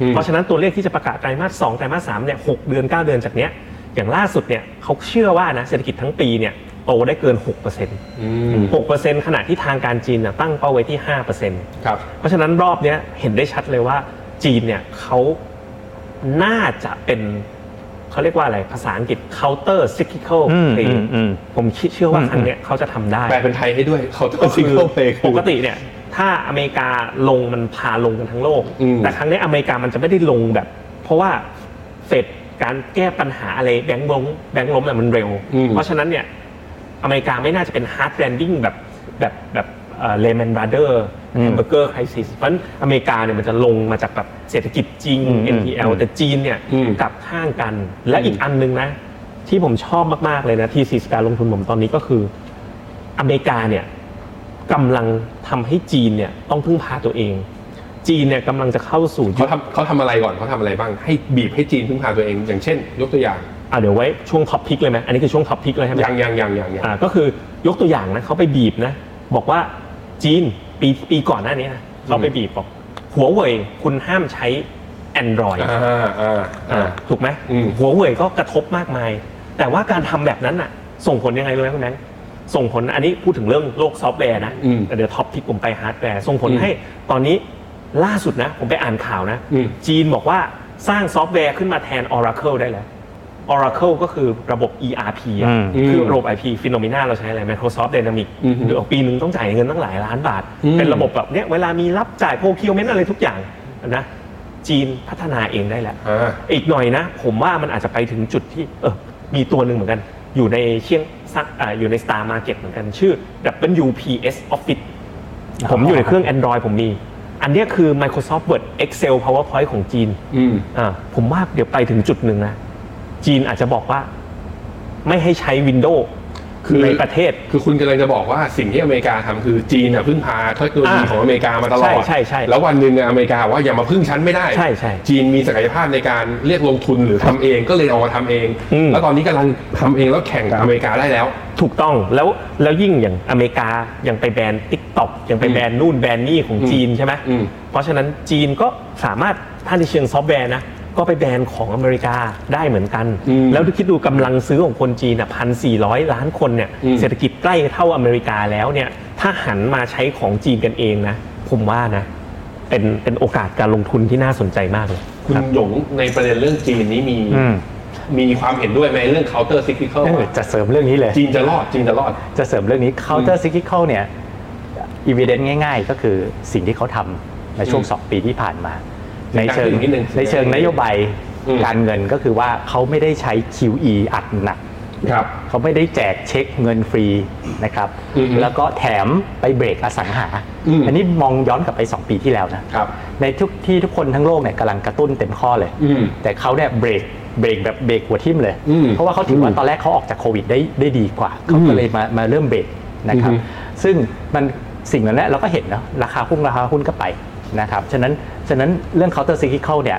C: อืม
B: เพราะฉะนั้นตัวเลขที่จะประกาศไตรมาส2ไตรมาส3เนี่ย6เดือน 9 เดือนจากเนี้ยอย่างล่าสุดเนี่ยเขาเชื่อว่านะเศรษฐกิจทั้งปีเนี่ยโตได้เกิน 6%
C: อืม
B: 6%ขณะที่ทางการจีนน่ะตั้งเป้าไว้ที่ 5%
C: ครับ
B: เพราะฉะนั้นรอบเนี้ยเห็นได้ชัดเลยว่าจีนเนี่ยเขาน่าจะเป็นเขาเรียกว่าอะไรภาษาอังกฤษ counter cyclical
D: อืม
B: play
D: อืมอืม
B: ผมคิดเชื่อว่าครั้งเนี้ยเขาจะทำได้
C: แปลเป็นไทยให้ด้วยเขาต้องซิง
B: คือ
C: เกิลเพลง
B: ปกติเนี่ยถ้าอเมริกาลงมันพาลงกันทั้งโลก
C: อืม
B: แต่ครั้งเนี้ยอเมริกามันจะไม่ได้ลงแบบ เพราะว่าเฟดการแก้ปัญหาอะไรแบงก์ล้มแบงก์ล้มเนี่ยมันเร็ว
C: อืม
B: เพราะฉะนั้นเนี่ยอเมริกาไม่น่าจะเป็น hard landing แบบแบบแบบเลมอนบราเดอร์
D: อืม
B: แฮมเบอร์เกอร์คริสิสเพราะฉะนั้นอเมริกาเนี่ยมันจะลงมาจากแบบเศรษฐกิจจริง
D: อืม
B: NPL แต่จีนเนี่ย
C: อืม
B: กลับข้างกัน และอีกอันหนึงนะ ที่ผมชอบมาก ๆ เลยนะ ที่ซีสการลงทุนผมตอนนี้ก็คือ อเมริกาเนี่ยกำลังทำให้จีนเนี่ยต้องพึ่งพาตัวเอง จีนเนี่ยกำลังจะเข้าสู่ยุค
C: เขาทำเขาทำอะไรก่อนเขาทำอะไรบ้าง ให้บีบให้จีนพึ่งพาตัวเอง อย่างเช่น ยกตัวอย่าง
B: อ่ะเดี๋ยวไว้ช่วงท็อปพิกเลยไหมอันนี้คือช่วงท็อปพิกเลยใช่ไหม
C: ยังยังยังยังยัง
B: อ่าก็คือยกตัวอย่างนะเขาไปบีบนะ บอกว่าจีนปีปีก่อนหน้านี้นะเขาไปบีบบอกหัวเว่ยคุณห้ามใช้ Android
C: อ่าอ่าอ่า
B: ถูกไหม
C: อืม
B: หัวเว่ยก็กระทบมากมาย แต่ว่าการทำแบบนั้นอ่ะ ส่งผลยังไงรู้ไหมคุณแบงค์ส่งผลอันนี้พูดถึงเรื่องโลกซอฟต์แวร์นะ
C: อืม
B: แต่เดี๋ยวท็อปที่ผมไปฮาร์ดแวร์ส่งผล
C: อืม
B: ให้ตอนนี้ล่าสุดนะ ผมไปอ่านข่าวนะ
C: อืม
B: จีนบอกว่าสร้างซอฟต์แวร์ขึ้นมาแทน Oracle ได้แล้ว Oracle ก็คือระบบ ERP อะ
D: อืม
B: คือระบบ IP Phenomena เราใช้อะไร Microsoft Dynamics
C: อือฮึ
B: เดี๋ยวปีหนึ่งต้องจ่ายเงินตั้งหลายล้านบาท
C: อืม
B: เป็นระบบแบบเนี้ยเวลามีรับจ่ายโพคิวเมนอะไรทุกอย่างนะจีนพัฒนาเองได้แล้ว
C: อ่า
B: อีกหน่อยนะ ผมว่ามันอาจจะไปถึงจุดที่เออมีตัวหนึ่งเหมือนกัน อยู่ในเชียงซักอ่าอยู่ใน Star Market เหมือนกันชื่อ WPS Office ผมอยู่ในเครื่อง Android ผมมี อันเนี้ยคือ Microsoft Word Excel PowerPoint ของจีน
C: อืม
B: อ่าผมว่าเดี๋ยวไปถึงจุดหนึ่งนะ จีนอาจจะบอกว่า ไม่ให้ใช้ Windows
C: คือ
B: ในประเทศ
C: คือคุณกำลังจะบอกว่าสิ่งที่อเมริกาทำคือจีนน่ะพึ่งพาเทคโนโลยี
B: อ่า
C: ของอเมริกามาตลอด
B: ใช่ใช่ใช่
C: แล้ววันหนึ่งอะอเมริกาว่าอย่ามาพึ่งฉันไม่ได้
B: ใช่ใช่
C: จีนมีศักยภาพในการเรียกลงทุนหรือทำเองก็เลยเอามาทำเอง
B: อืม
C: แล้วตอนนี้กำลังทำเองแล้วแข่งกับอเมริกาได้แล้ว
B: ถูกต้องแล้วแล้วยิ่งอย่างอเมริกายังไปแบน t ิ k t o k ยังไปแบนนู่นแบนนี่ของจีนใช่ไหม
C: อืม
B: เพราะฉะนั้นจีนก็สามารถถ้าในเชิงซอฟต์แวร์นะ ก็ไปแบนของอเมริกาได้เหมือนกัน แล้วคิดดูกำลังซื้อของคนจีนอ่ะพันสี่ร้อยล้านคนเนี่ยเศรษฐกิจใกล้เท่าอเมริกาแล้วเนี่ยถ้าหันมาใช้ของจีนกันเองนะ ผมว่านะ เป็นเป็นโอกาสการลงทุนที่น่าสนใจมากเลย
C: คุณหยงในประเด็นเรื่องจีนนี้มี
D: อืม
C: มีความเห็นด้วยไหมเรื่อง counter cyclical
D: เออจะเสริมเรื่องนี้เลย
C: จริงจะรอดจริงจะรอด
D: จะเสริมเรื่องนี้ counter cyclical เนี่ย evidence ง่าย ๆ ก็คือสิ่งที่เขาทำในช่วง
C: อืม
D: 2 ปีที่ผ่านมา ใน
C: ใน
D: เชิง
C: การนิดนึง
D: ในเชิงนโยบาย
C: อืม
D: การเงินก็คือว่าเขาไม่ได้ใช้ QE อัดหนัก
C: ครับ
D: เขาไม่ได้แจกเช็คเงินฟรีนะครับ
C: อือฮึ
D: แล้วก็แถมไปเบรกอสังหา
C: อืม
D: อันนี้มองย้อนกลับไป 2 ปีที่แล้วนะ
C: ครับ
D: ในทุกที่ทุกคนทั้งโลกเนี่ยกำลังกระตุ้นเต็มข้อเลย
C: อืม
D: แต่เขาเนี่ยเบรกเบรกแบบเบรกหัวทิ่มเลย
C: อืม
D: เพราะว่าเขาถือว่าตอนแรกเขาออกจากโควิดได้ได้ดีกว่า เขาก็เลยมามาเริ่มเบรกนะครับ
C: อือฮึ
D: ซึ่งมันสิ่งเหล่านั้นเราก็เห็นนะราคาหุ้นราคาหุ้นก็ไปนะครับ ฉะนั้นฉะนั้นเรื่อง counter cyclical เนี่ย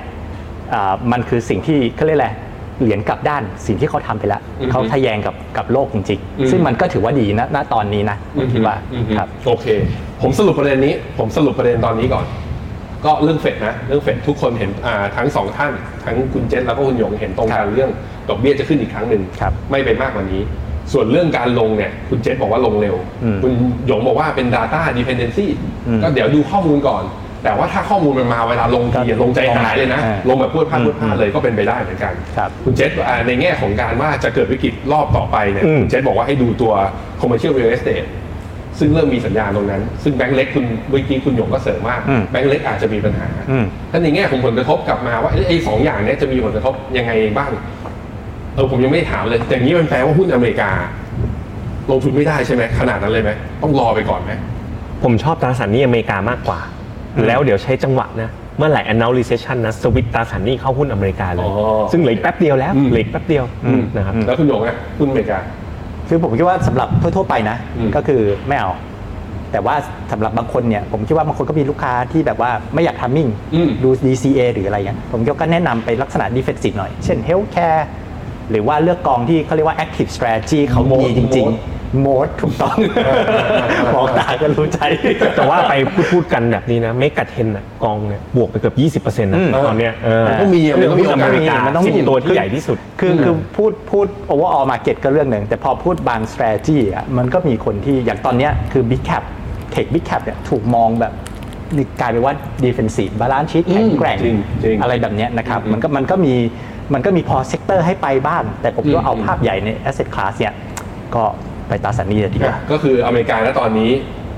D: อ่ามันคือสิ่งที่เขาเรียกอะไรเหรียญกลับด้านสิ่งที่เขาทำไปแล้ว
C: อือฮึ
D: เขาทะแยงกับกับโลกจริง
C: อืม
D: ๆ ซึ่งมันก็ถือว่าดีนะณตอนนี้นะผมคิดว่า
C: อืมอืม
D: ครับ
C: โอเค ผมสรุปประเด็นนี้ ผมสรุปประเด็นตอนนี้ก่อน ก็เรื่องเฟดนะ เรื่องเฟดทุกคนเห็นอ่าทั้งสองท่าน ทั้งคุณเจษแล้วก็คุณหยงเห็นตรงกันเรื่องดอกเบี้ยจะขึ้นอีกครั้งหนึ่ง
D: ครับ
C: ไม่ไปมากกว่านี้ ส่วนเรื่องการลงเนี่ย คุณเจษบอกว่าลงเร็ว
D: อืม
C: คุณหยงบอกว่าเป็น Data Dependency
D: อืม
C: ก็เดี๋ยวดูข้อมูลก่อน แต่ว่าถ้าข้อมูลมันมาเวลาลงทีอะลงใจหายเลยนะ
D: อ่า
C: ลงแบบพูดพลาดพูดพลาดเลยก็เป็นไปได้เหมือนกัน
D: ครับ
C: ณเจษอ่าในแง่ของการว่าจะเกิดวิกฤตรอบต่อไปเนี่ย
D: อืม
C: คุณเจษบอกว่าให้ดูตัว commercial real estate ซึ่งเริ่มมีสัญญาณตรงนั้น ซึ่งแบงก์เล็กคุณเมื่อกี้คุณหยงก็เสริมว่า
D: อืม
C: แบงก์เล็กอาจจะมีปัญหา
D: อืม
C: ท่านในแง่ของผลกระทบกลับมาว่าเอ้ยไอ้สองอย่างเนี้ยจะมีผลกระทบยังไงบ้าง เออผมยังไม่ได้ถามเลย แต่อย่างนี้มันแปลว่าหุ้นอเมริกา ลงทุนไม่ได้ใช่ไหมขนาดนั้นเลยไหมต้องรอไปก่อนไหม
B: ผมชอบตราสารหนี้อเมริกามากกว่า แล้วเดี๋ยวใช้จังหวะนะ เมื่อไหร่ announce recession นะสวิตตราสารหนี้เข้าหุ้นอเมริกาเลย
C: อ๋อ
B: ซึ่งเหลืออีกแป๊บเดียวแล้ว
C: อืม
B: เหลืออีกแป๊บเดียวนะครับ
C: แล้วคุณหยงอะหุ้นอเมริกา
D: คือผมคิดว่าสำหรับทั่วๆไปนะ
C: อืม
D: ก็คือไม่เอา แต่ว่าสำหรับบางคนเนี่ย ผมคิดว่าบางคนก็มีลูกค้าที่แบบว่าไม่อยากทามมิ่ง
C: อืม
D: ดู DCA หรืออะไรเงี้ยผมคิดว่าก็แนะนำไปลักษณะ defensive หน่อย เช่น healthcare หรือว่าเลือกกองที่เขาเรียกว่า active strategy เขามี
C: Mode
D: จริง
C: Mode
D: ๆ mode ถูกต้อง
C: อ
D: มองตาก็รู้ใจ
B: แต่ว่าไปพูดพูดกันแบบนี้นะ ไม่กัดเทนน่ะกองเนี่ยบวกไปเกือบ20%นะ
D: อืม
B: ตอนเนี้ยเออ
C: มันต้องมีอะมันต้องมีโอ
B: หุ้นอ
C: กาส
B: เมริกา
D: มันต้องมี
B: สิบตัวที่ใหญ่ที่สุด
D: คือคือพูดพูด overall market ก็เรื่องหนึ่ง แต่พอพูดบาง strategy อ่ะมันก็มีคนที่อย่างตอนเนี้ยคือ big cap tech big cap เนี่ยถูกมองแบบนี่กลายเป็นว่า defensive balance sheet แข็งแกร่
C: จริงจริง
D: อะไรแบบเนี้ยนะครับ
C: อืม
D: มันก็มันก็มีมันก็มีพอ sector ให้ไปบ้าง แต่ผม
C: อื
D: ว่าม เอาภาพใหญ่ใน asset class เนี่ยก็ไปตราสารหนี้เลยดีกว่า
C: ก็คืออเมริกาณตอนนี้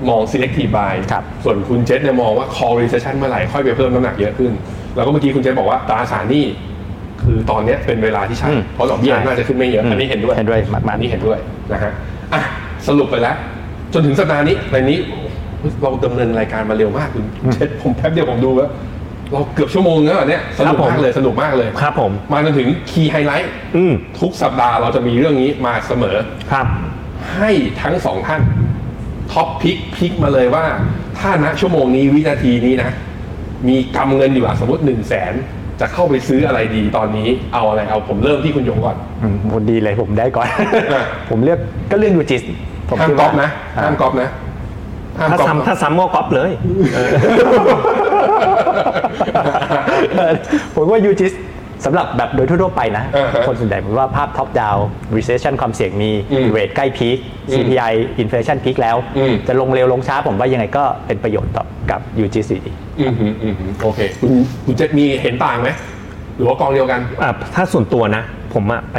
C: มอง selective buy
D: ครับ
C: ส่วนคุณเจษเนี่ยมองว่า call recession เมื่อไหร่ค่อยไปเพิ่มน้ำหนักเยอะขึ้น แล้วก็เมื่อกี้คุณเจษบอกว่าตราสารหนี้คือตอนเนี้ยเป็นเวลาที่ใช่
D: อืม
C: เพราะดอกเบี้ย
D: ใช่
C: น่าจะขึ้นไม่เยอะ
D: อืม
C: อันนี้เห็นด้วย
D: เห็นด้วยมากๆ
C: อันนี้เห็นด้วยนะฮะอ่ะสรุปไปแล้ว จนถึงสัปดาห์นี้ในนี้เราดำเนินรายการมาเร็วมากคุณเจษผมแป๊บเดียวผมดูแล้วเราเกือบชั่วโมงแล้วเหรอเนี่ยสนุกมากเลยสนุกมากเลย
B: ครับผม
C: มาจนถึง key highlight
B: อืม
C: ทุกสัปดาห์เราจะมีเรื่องนี้มาเสมอ
B: ครับ
C: ให้ทั้งสองท่านท็อปพิกพิกมาเลยว่า ถ้าณชั่วโมงนี้วินาทีนี้นะ มีกำเงินอยู่อะสมมติหนึ่งแสนจะเข้าไปซื้ออะไรดีตอนนี้เอาอะไรเอาผมเริ่มที่คุณหยงก่อน
D: อืมคนดีเลยผมได้ก่อน
C: อ่ะ
D: ผมเลือกก็เลือกยูจิสผม
C: ห้าม
D: คิด
C: ก๊อ
D: ว่า
C: ปนะห้ามก๊อปนะห้าม
B: ถ้า
C: ก๊อป
B: ซ้ำถ้า
C: นะ
B: ซ้ำก็ก๊อปเลย
D: เออผมว่ายูจิสสำหรับแบบโดยทั่วๆไปนะ
C: อ่าฮะ
D: คนส่วนใหญ่ผมว่าภาพท็อปดาว recession ความเสี่ยงมี
C: อืม
D: rate ใกล้พีค CPI inflation พีคแล้ว
C: อืม
D: จะลงเร็วลงช้าผมว่ายังไงก็เป็นประโยชน์ต่อกับยูจิสอยู่ดี
C: อืมฮึอืมฮึโอเคคุณคุณเจษมีเห็นต่างไหมหรือว่ากองเดียวกัน
B: อ่ะถ้าส่วนตัวนะ ผมอะไป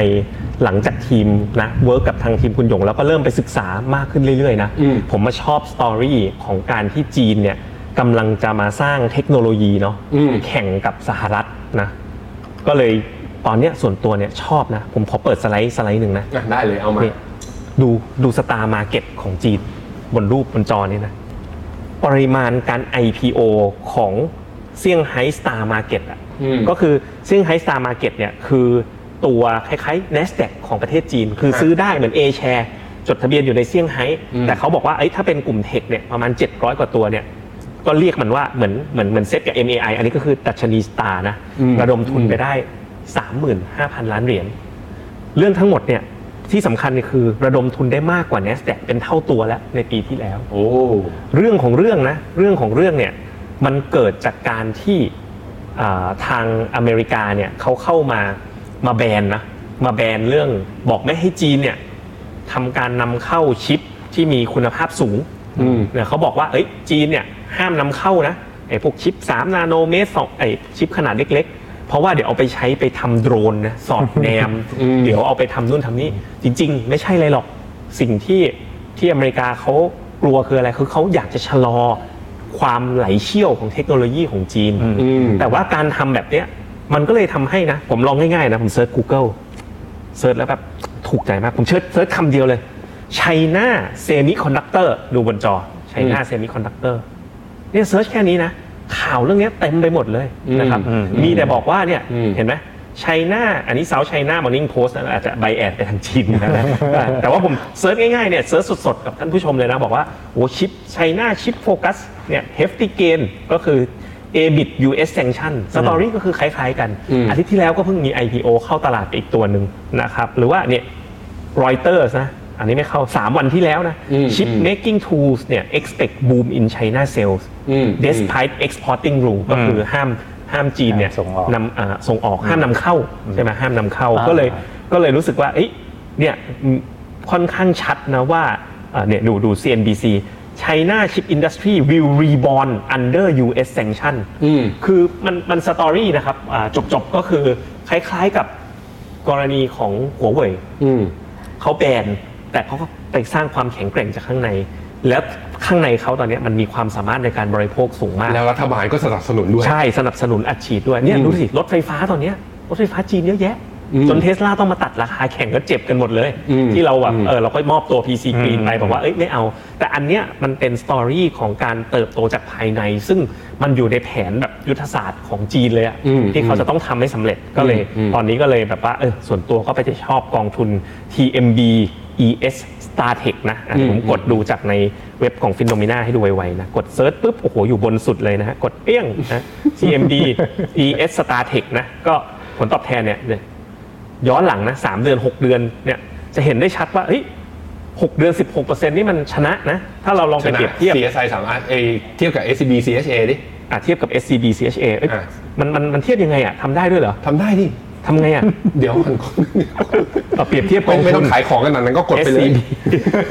B: หลังจากทีมนะเวิร์กกับทางทีมคุณหยง แล้วก็เริ่มไปศึกษามากขึ้นเรื่อยๆนะ
C: อืม
B: ผมมาชอบสตอรี่ของการที่จีนเนี่ยกำลังจะมาสร้างเทคโนโลยีเนาะ
C: อืม
B: แข่งกับสหรัฐนะ ก็เลยตอนเนี้ยส่วนตัวเนี่ยชอบนะ ผมขอเปิดสไลด์สไลด์หนึ่งนะ
C: อ่ะได้เลยเอามา
B: นี่ดูดูสตาร์มาเก็ตของจีน บนรูปบนจอนี่นะ ปริมาณการ IPO ของเซี่ยงไฮ้สตาร์มาเก็ตอ่ะ
C: อืม
B: ก็คือเซี่ยงไฮ้สตาร์มาเก็ตเนี่ยคือตัวคล้ายๆ NASDAQ ของประเทศจีน คือซื้อได้เหมือน A share จดทะเบียนอยู่ในเซี่ยงไฮ้
C: อืม
B: แต่เขาบอกว่าเอ้ยถ้าเป็นกลุ่มเทคเนี่ยประมาณ 700 กว่าตัวเนี่ย ก็เรียกมันว่าเหมือนเหมือนเหมือนเซ็ตกับ MAI อันนี้ก็คือดัชนีสตาร์นะ
C: อืม
B: ระดมทุนไปได้ 35,000 ล้านเหรียญ เรื่องทั้งหมดเนี่ยที่สำคัญเนี่ยคือระดมทุนได้มากกว่า NASDAQ เป็นเท่าตัวแล้วในปีที่แล้ว
C: โอ้
B: เรื่องของเรื่องนะเรื่องของเรื่องเนี่ยมันเกิดจากการที่อ่าทางอเมริกาเนี่ยเขาเข้ามามาแบนนะมาแบนเรื่องบอกไม่ให้จีนเนี่ยทำการนำเข้าชิปที่มีคุณภาพสูง
C: อืม
B: เนี่ยเขาบอกว่าเอ้ยจีนเนี่ยห้ามนำเข้านะไอ้พวกชิป 3 นาโนเมตรสองไอ้ชิปขนาดเล็ก ๆ เพราะว่าเดี๋ยวเอาไปใช้ไปทำโดรนนะสอดแนม เดี๋ยวเอาไปทำนู่นทำนี่จริง ๆ ไม่ใช่เลยหรอกสิ่งที่ที่อเมริกาเขากลัวคืออะไรคือเขาอยากจะชะลอความไหลเชี่ยวของเทคโนโลยีของจีน
C: อืม
B: แต่ว่าการทำแบบเนี้ยมันก็เลยทำให้นะ ผมลองง่ายๆนะ ผมเซิร์ช Google เซิร์ชแล้วแบบถูกใจมาก ผมเซิร์ชเซิร์ชคำเดียวเลยไชน่าเซมิคอนดักเตอร์ดูบนจอไชน่าเซมิคอนดักเตอร์เนี่ยเซิร์ชแค่นี้นะ ข่าวเรื่องเนี้ยเต็มไปหมดเลยนะครับ
D: อืม
B: มีแต่บอกว่าเนี่ย
C: อืม
B: เห็นไหมไชน่าอันนี้ South China Morning Post นะอาจจะไบแอดไปทางจีนนะ แต่ว่าผมเซิร์ชง่ายๆเนี่ยเซิร์ชสดๆ กับท่านผู้ชมเลยนะ บอกว่าโอ้ชิปไชน่าชิปโฟกัสเนี่ยเฮฟติเกนก็คือ a b i t US sanction สตอรี่ก็คือคล้ายๆกัน
C: อืม
B: อาทิตย์ที่แล้วก็เพิ่งมี IPO เข้าตลาดไปอีกตัวหนึ่งนะครับ หรือว่าเนี่ยรอยเตอร์นะ อันนี้ไม่เข้า 3 วันที่แล้วนะ
C: อืม
B: Chip making tools เนี่ย expect boom in China sales
C: อืม
B: despite exporting rule ก็คือห้ามห้ามจีนเนี่ย
D: ห้ามส่งออก
B: นำอ่าส่งออกห้ามนำเข้าใช่ไหมห้ามนำเข้าก็เลยก็เลยรู้สึกว่าเอ๊ะเนี่ยค่อนข้างชัดนะว่าเอ่อเนี่ยดูดู CNBC China chip industry will reborn under US sanction
C: อืม
B: คือมันมันสตอรี่นะครับจบจบๆก็คือคล้ายๆกับกรณีของหัวเว่ย
C: อืม
B: เขาแบนแต่เขาก็ไปสร้างความแข็งแกร่งจากข้างใน แล้วข้างในเขาตอนเนี้ยมันมีความสามารถในการบริโภคสูงมาก
C: แล้วรัฐบาลก็สนับสนุนด้วย
B: ใช่สนับสนุนอัดฉีดด้วยเนี่ย
C: อืม
B: ดูสิรถไฟฟ้าตอนเนี้ยรถไฟฟ้าจีนเยอะแยะ
C: อืม
B: จนเทสลาต้องมาตัดราคาแข่งก็เจ็บกันหมดเลย
C: อืม
B: ที่เราแบบ
C: อืม
B: เออเราก็มอบตัว PC Green ไปบอกว่าเอ้ยไม่เอา แต่อันเนี้ยมันเป็นสตอรี่ของการเติบโตจากภายใน ซึ่งมันอยู่ในแผนแบบยุทธศาสตร์ของจีนเลยอะ
C: อืม
B: ที่เขาจะต้องทำให้สำเร็จก็เลย
C: อืม
B: ตอนนี้ก็เลยแบบว่าเออส่วนตัวก็ไปจะชอบกองทุน TMB ES StarTech นะอ่ะ
C: อืม
B: ผมกดดูจากในเว็บของฟินโ o มิน่าให้ดูไวๆนะ กดเซิร์ชปุ๊บ โอ้โห อยู่บนสุดเลยนะฮะ กดเปี้ยงนะ TMB ES StarTech นะ ก็ผลตอบแทนเนี่ยเนี่ยย้อนหลังนะสามเดือน 6 เดือนเนี่ยจะเห็นได้ชัดว่าเฮ้ยหกเดือน 16%นี่มันชนะนะ ถ้าเราลอง
C: ช
B: ไป
C: นะ
B: เปรียบเทียบ
C: CSI สามารถเอยเทียบกับ SCB CSA ดิ
B: อ่ะเทียบกับ SCB CHA เอ้ย
C: อ่ะ
B: มันมันมันเทียบยังไงอ่ะทำได้ด้วยเหรอ
C: ทำได้ดิ
B: ทำไงอ่ะ
C: เดี๋ยวมัน
B: เอาเปรียบเทียบกองทุน
C: ไม่ไม่ต้องขายของกันหนักนั้นก็กดไปเลย
B: SCB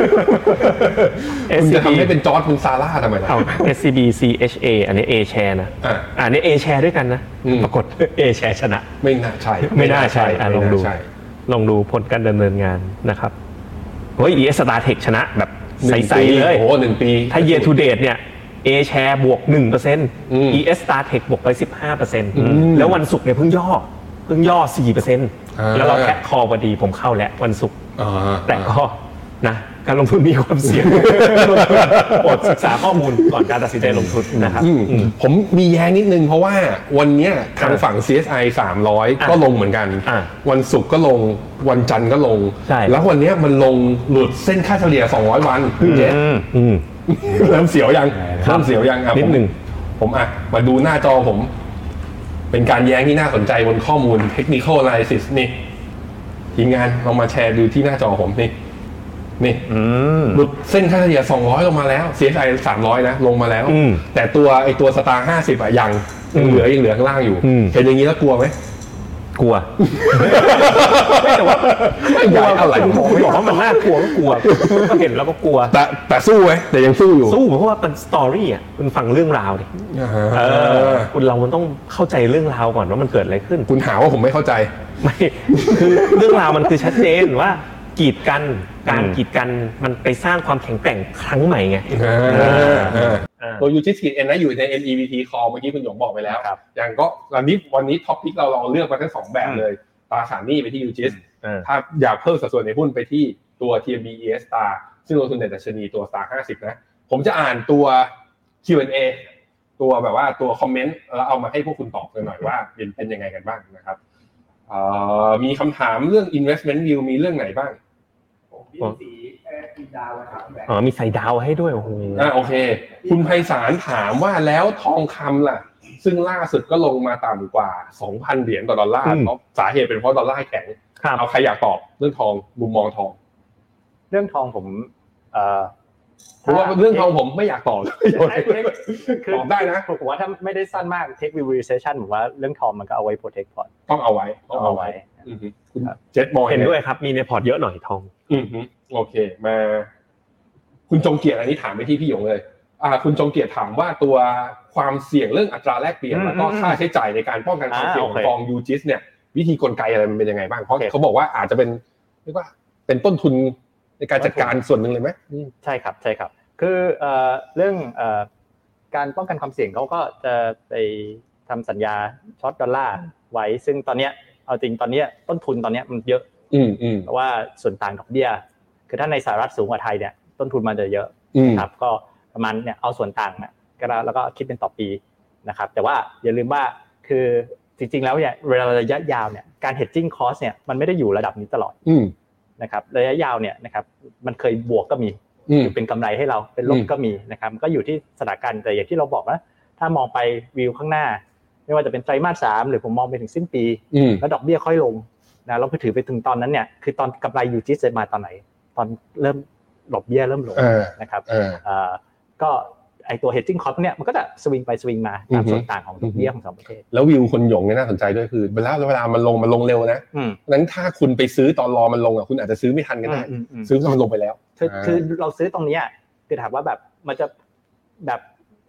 C: คุณจะ
B: SCB
C: ทำให้เป็นจอร์ดพุงซาร่าทำไมล่ะ
B: เอา SCB CHA อันนี้ A share นะ
C: อ่ะ
B: นนี้ A share ด้วยกันนะ
C: อืม
B: ปรากฏ A share ชนะ
C: ไม่น่าใช่
B: ไม่น่าใช่อ่ะลองดู
C: ไม่น่าใช่
B: ลองดูผลการดำเนินงานนะครับเฮ้ย ES Star Tech ชนะแบบใส ๆ เลย
C: โอ้โหหนึ่งปี
B: ถ้า year to date เนี่ย A share บวก
C: อืม
B: 1% ES Star Tech บวกไป 15%แล้ววันศุกร์เนี่ยเพิ่งย่อ เพิ่งย่อ 4%แล้วเราแคะคอพอดีผมเข้าแล้ววันศุกร์
C: อ่า
B: แต่ก็นะการลงทุนมีความ เสี่ยงโปรดศึกษาข้อมูลก่อนการตัดสินใจลงทุนนะครับ
C: อืมผมมีแย้งนิดนึงเพราะว่าวันเนี้ยทางฝั่ง CSI 300 ก็ลงเหมือนกัน
B: อ่ะ
C: วันศุกร์ก็ลงวันจันทร์ก็ลง
B: ใช่
C: แล้ววันเนี้ยมันลงหลุดเส้นค่าเฉลี่ย 200 วันเจ๊
B: อืม
C: เริ่มเสียวยังเริ่มเสียวยังอ่ะผม
B: นิดนึง
C: ผมอ่ะ มาดูหน้าจอผม เป็นการแย้งที่น่าสนใจบนข้อมูล Technical Analysis นี่ทีมงานลองมาแชร์ดูที่หน้าจอผมนี่นี่ หลุดเส้นค่าเฉลี่ย 200 ลงมาแล้ว CSI 300 นะ ลงมาแล้ว
B: อืม
C: แต่ตัวไอตัวสตาร์50อะยังยังเหลือยังเหลือข้างล่างอยู่
B: อืม
C: เห็นอย่างนี้แล้วก ลัวไหม
B: กลัว
C: ไม่กลัวอะไร
B: ผมบอกว่ามันน่ากลัวก็กลัวก็เห็นแล้วก็กลัว
C: แต่แต่สู้ไหมแต่ยังสู้อยู่
B: สู้เพราะว่าเป็นสตอรี่อ่ะคุณฟังเรื่องราวดิ
C: อ่า
B: เออ คุณเรามันต้องเข้าใจเรื่องราวก่อนว่ามันเกิดอะไรขึ้น
C: คุณหาว่าผมไม่เข้าใจ
B: ไม่คือเรื่องราวมันคือชัดเจนว่ากีดกันการกีดกันมันไปสร้างความแข็งแกร่งครั้งใหม่ไง อ่า
C: ตัวยูทิสกิจเอ็นนะอยู่ใน NEVT Call เมื่อกี้คุณหยงบอกไปแล้ว
D: ครับ
C: อย่างก็วันนี้วันนี้ท็อปิกเราเราเลือกมาทั้งสองแบบเลย ตราสารหนี้ไปที่ยูทิส
B: เออ
C: ถ้าอยากเพิ่มสัดส่วนในหุ้นไปที่ตัว TMB ES Star ซึ่งลงทุนในดัชนีตัว Star 50 นะ ผมจะอ่านตัว Q&A ตัวแบบว่าตัวคอมเมนต์แล้วเอามาให้พวกคุณตอบกันหน่อยว่าเป็นเป็นยังไงกันบ้างนะครับเอ่อมีคำถามเรื่อง investment view มีเรื่องไหนบ้าง
E: ผมมีสีแอร์กินดาวนะครับแบงค์
B: อ๋อมีใส่ดาวให้ด้วยโอ้โห
C: อ่าโอเค คุณไพศาลถามว่าแล้วทองคำล่ะ ซึ่งล่าสุดก็ลงมาต่ำกว่า 2,000 เหรียญต่อดอลลาร์
B: อืม
C: เพราะสาเหตุเป็นเพราะดอลลาร์แข็ง
B: ครับ
C: เอาใครอยากตอบเรื่องทองมุมมองทอง
D: เรื่องทองผมเอ่อ
C: เพราะว่าเรื่องทองผมไม่อยากตอบเลย
D: คือ
C: ตอบได้นะ
D: ผมว่าถ้าไม่ได้สั้นมาก take view recession ผมว่าเรื่องทองมันก็เอาไว้ protect port
C: ต้องเอาไว้
D: ต้องเอาไว้
C: อือฮึคุณเจ็ดมอง
B: เห็นด้วยครับ มีในพอร์ตเยอะหน่อยทอง
C: อือฮึโอเค มา คุณจงเกียรติอันนี้ถามไปที่พี่หยงเลย อ่าคุณจงเกียรติถามว่าตัวความเสี่ยงเรื่องอัตราแลกเปลี่ยน
B: อืม
C: แล้วก็
B: อืม
C: ค่าใช้จ่ายในการป้องกันความเสี่ยง
B: อ่า
C: ข
B: โอ
C: อ
B: เค
C: งกองยูจิสเนี่ยวิธีกลไกอะไรมันเป็นยังไงบ้าง เพราะ
B: โอเค
C: เขาบอกว่าอาจจะเป็นเรียกว่าเป็นต้นทุนในการจัดการส่วนหนึ่งเลยไหมอืม
D: ใช่ครับใช่ครับคือเอ่อเรื่องเอ่อการป้องกันความเสี่ยงเขาก็จะไปทำสัญญาช็อตดอลลาร์ไว้ ซึ่งตอนเนี้ยเอาจริงตอนเนี้ยต้นทุนตอนเนี้ยมันเยอะ
C: อืมอืม
D: เพราะว่าส่วนต่างดอกเบี้ย คือถ้าในสหรัฐสูงกว่าไทยเนี่ยต้นทุนมันจะเยอะ
C: อืม
D: ครับก็ประมาณเนี่ยเอาส่วนต่างนะก็แล้วแล้วก็คิดเป็นต่อปีนะครับแต่ว่าอย่าลืมว่าคือจริงๆแล้วเนี่ยเวลาระยะยาวเนี่ยการ hedging cost เนี่ยมันไม่ได้อยู่ระดับนี้ตลอด
C: อืม
D: นะครับระยะยาวเนี่ยนะครับมันเคยบวกก็มี
C: อืม
D: คือเป็นกำไรให้เราเป็นลบ
C: อืม
D: ก็มีนะครับมันก็อยู่ที่สถานการณ์แต่อย่างที่เราบอกว่าถ้ามองไปวิวข้างหน้า ไม่ว่าจะเป็นไตรมาสสามหรือผมมองไปถึงสิ้นปี
C: อืม
D: แล้วดอกเบี้ยค่อยลงนะเราไปถือไปถึงตอนนั้นเนี่ยคือตอนกำไรยูจิจะมาตอนไหน ตอนเริ่มดอกเบี้ยเริ่มลง
C: เออ
D: นะครับ
C: เออ
D: เอ่อก็ไอตัว hedging cost เนี่ยมันก็จะสวิงไปสวิงมาตาม
C: อือฮึ
D: ส่วนต่างของดอกเบี้ยของสองประเทศ
C: แล้ววิวคนหยงเนี่ยน่าสนใจด้วยคือเวลาเวลามันลงมันลงเร็วนะ
D: อืม
C: นั้นถ้าคุณไปซื้อตอนรอมันลงอ่ะคุณอาจจะซื้อไม่ทันก็ได้
D: อืมอืม
C: ซื้อตอนมันลงไปแล้ว
D: คือ
C: อ่า
D: คือเราซื้อตรงเนี้ยคือถามว่าแบบมันจะแบบ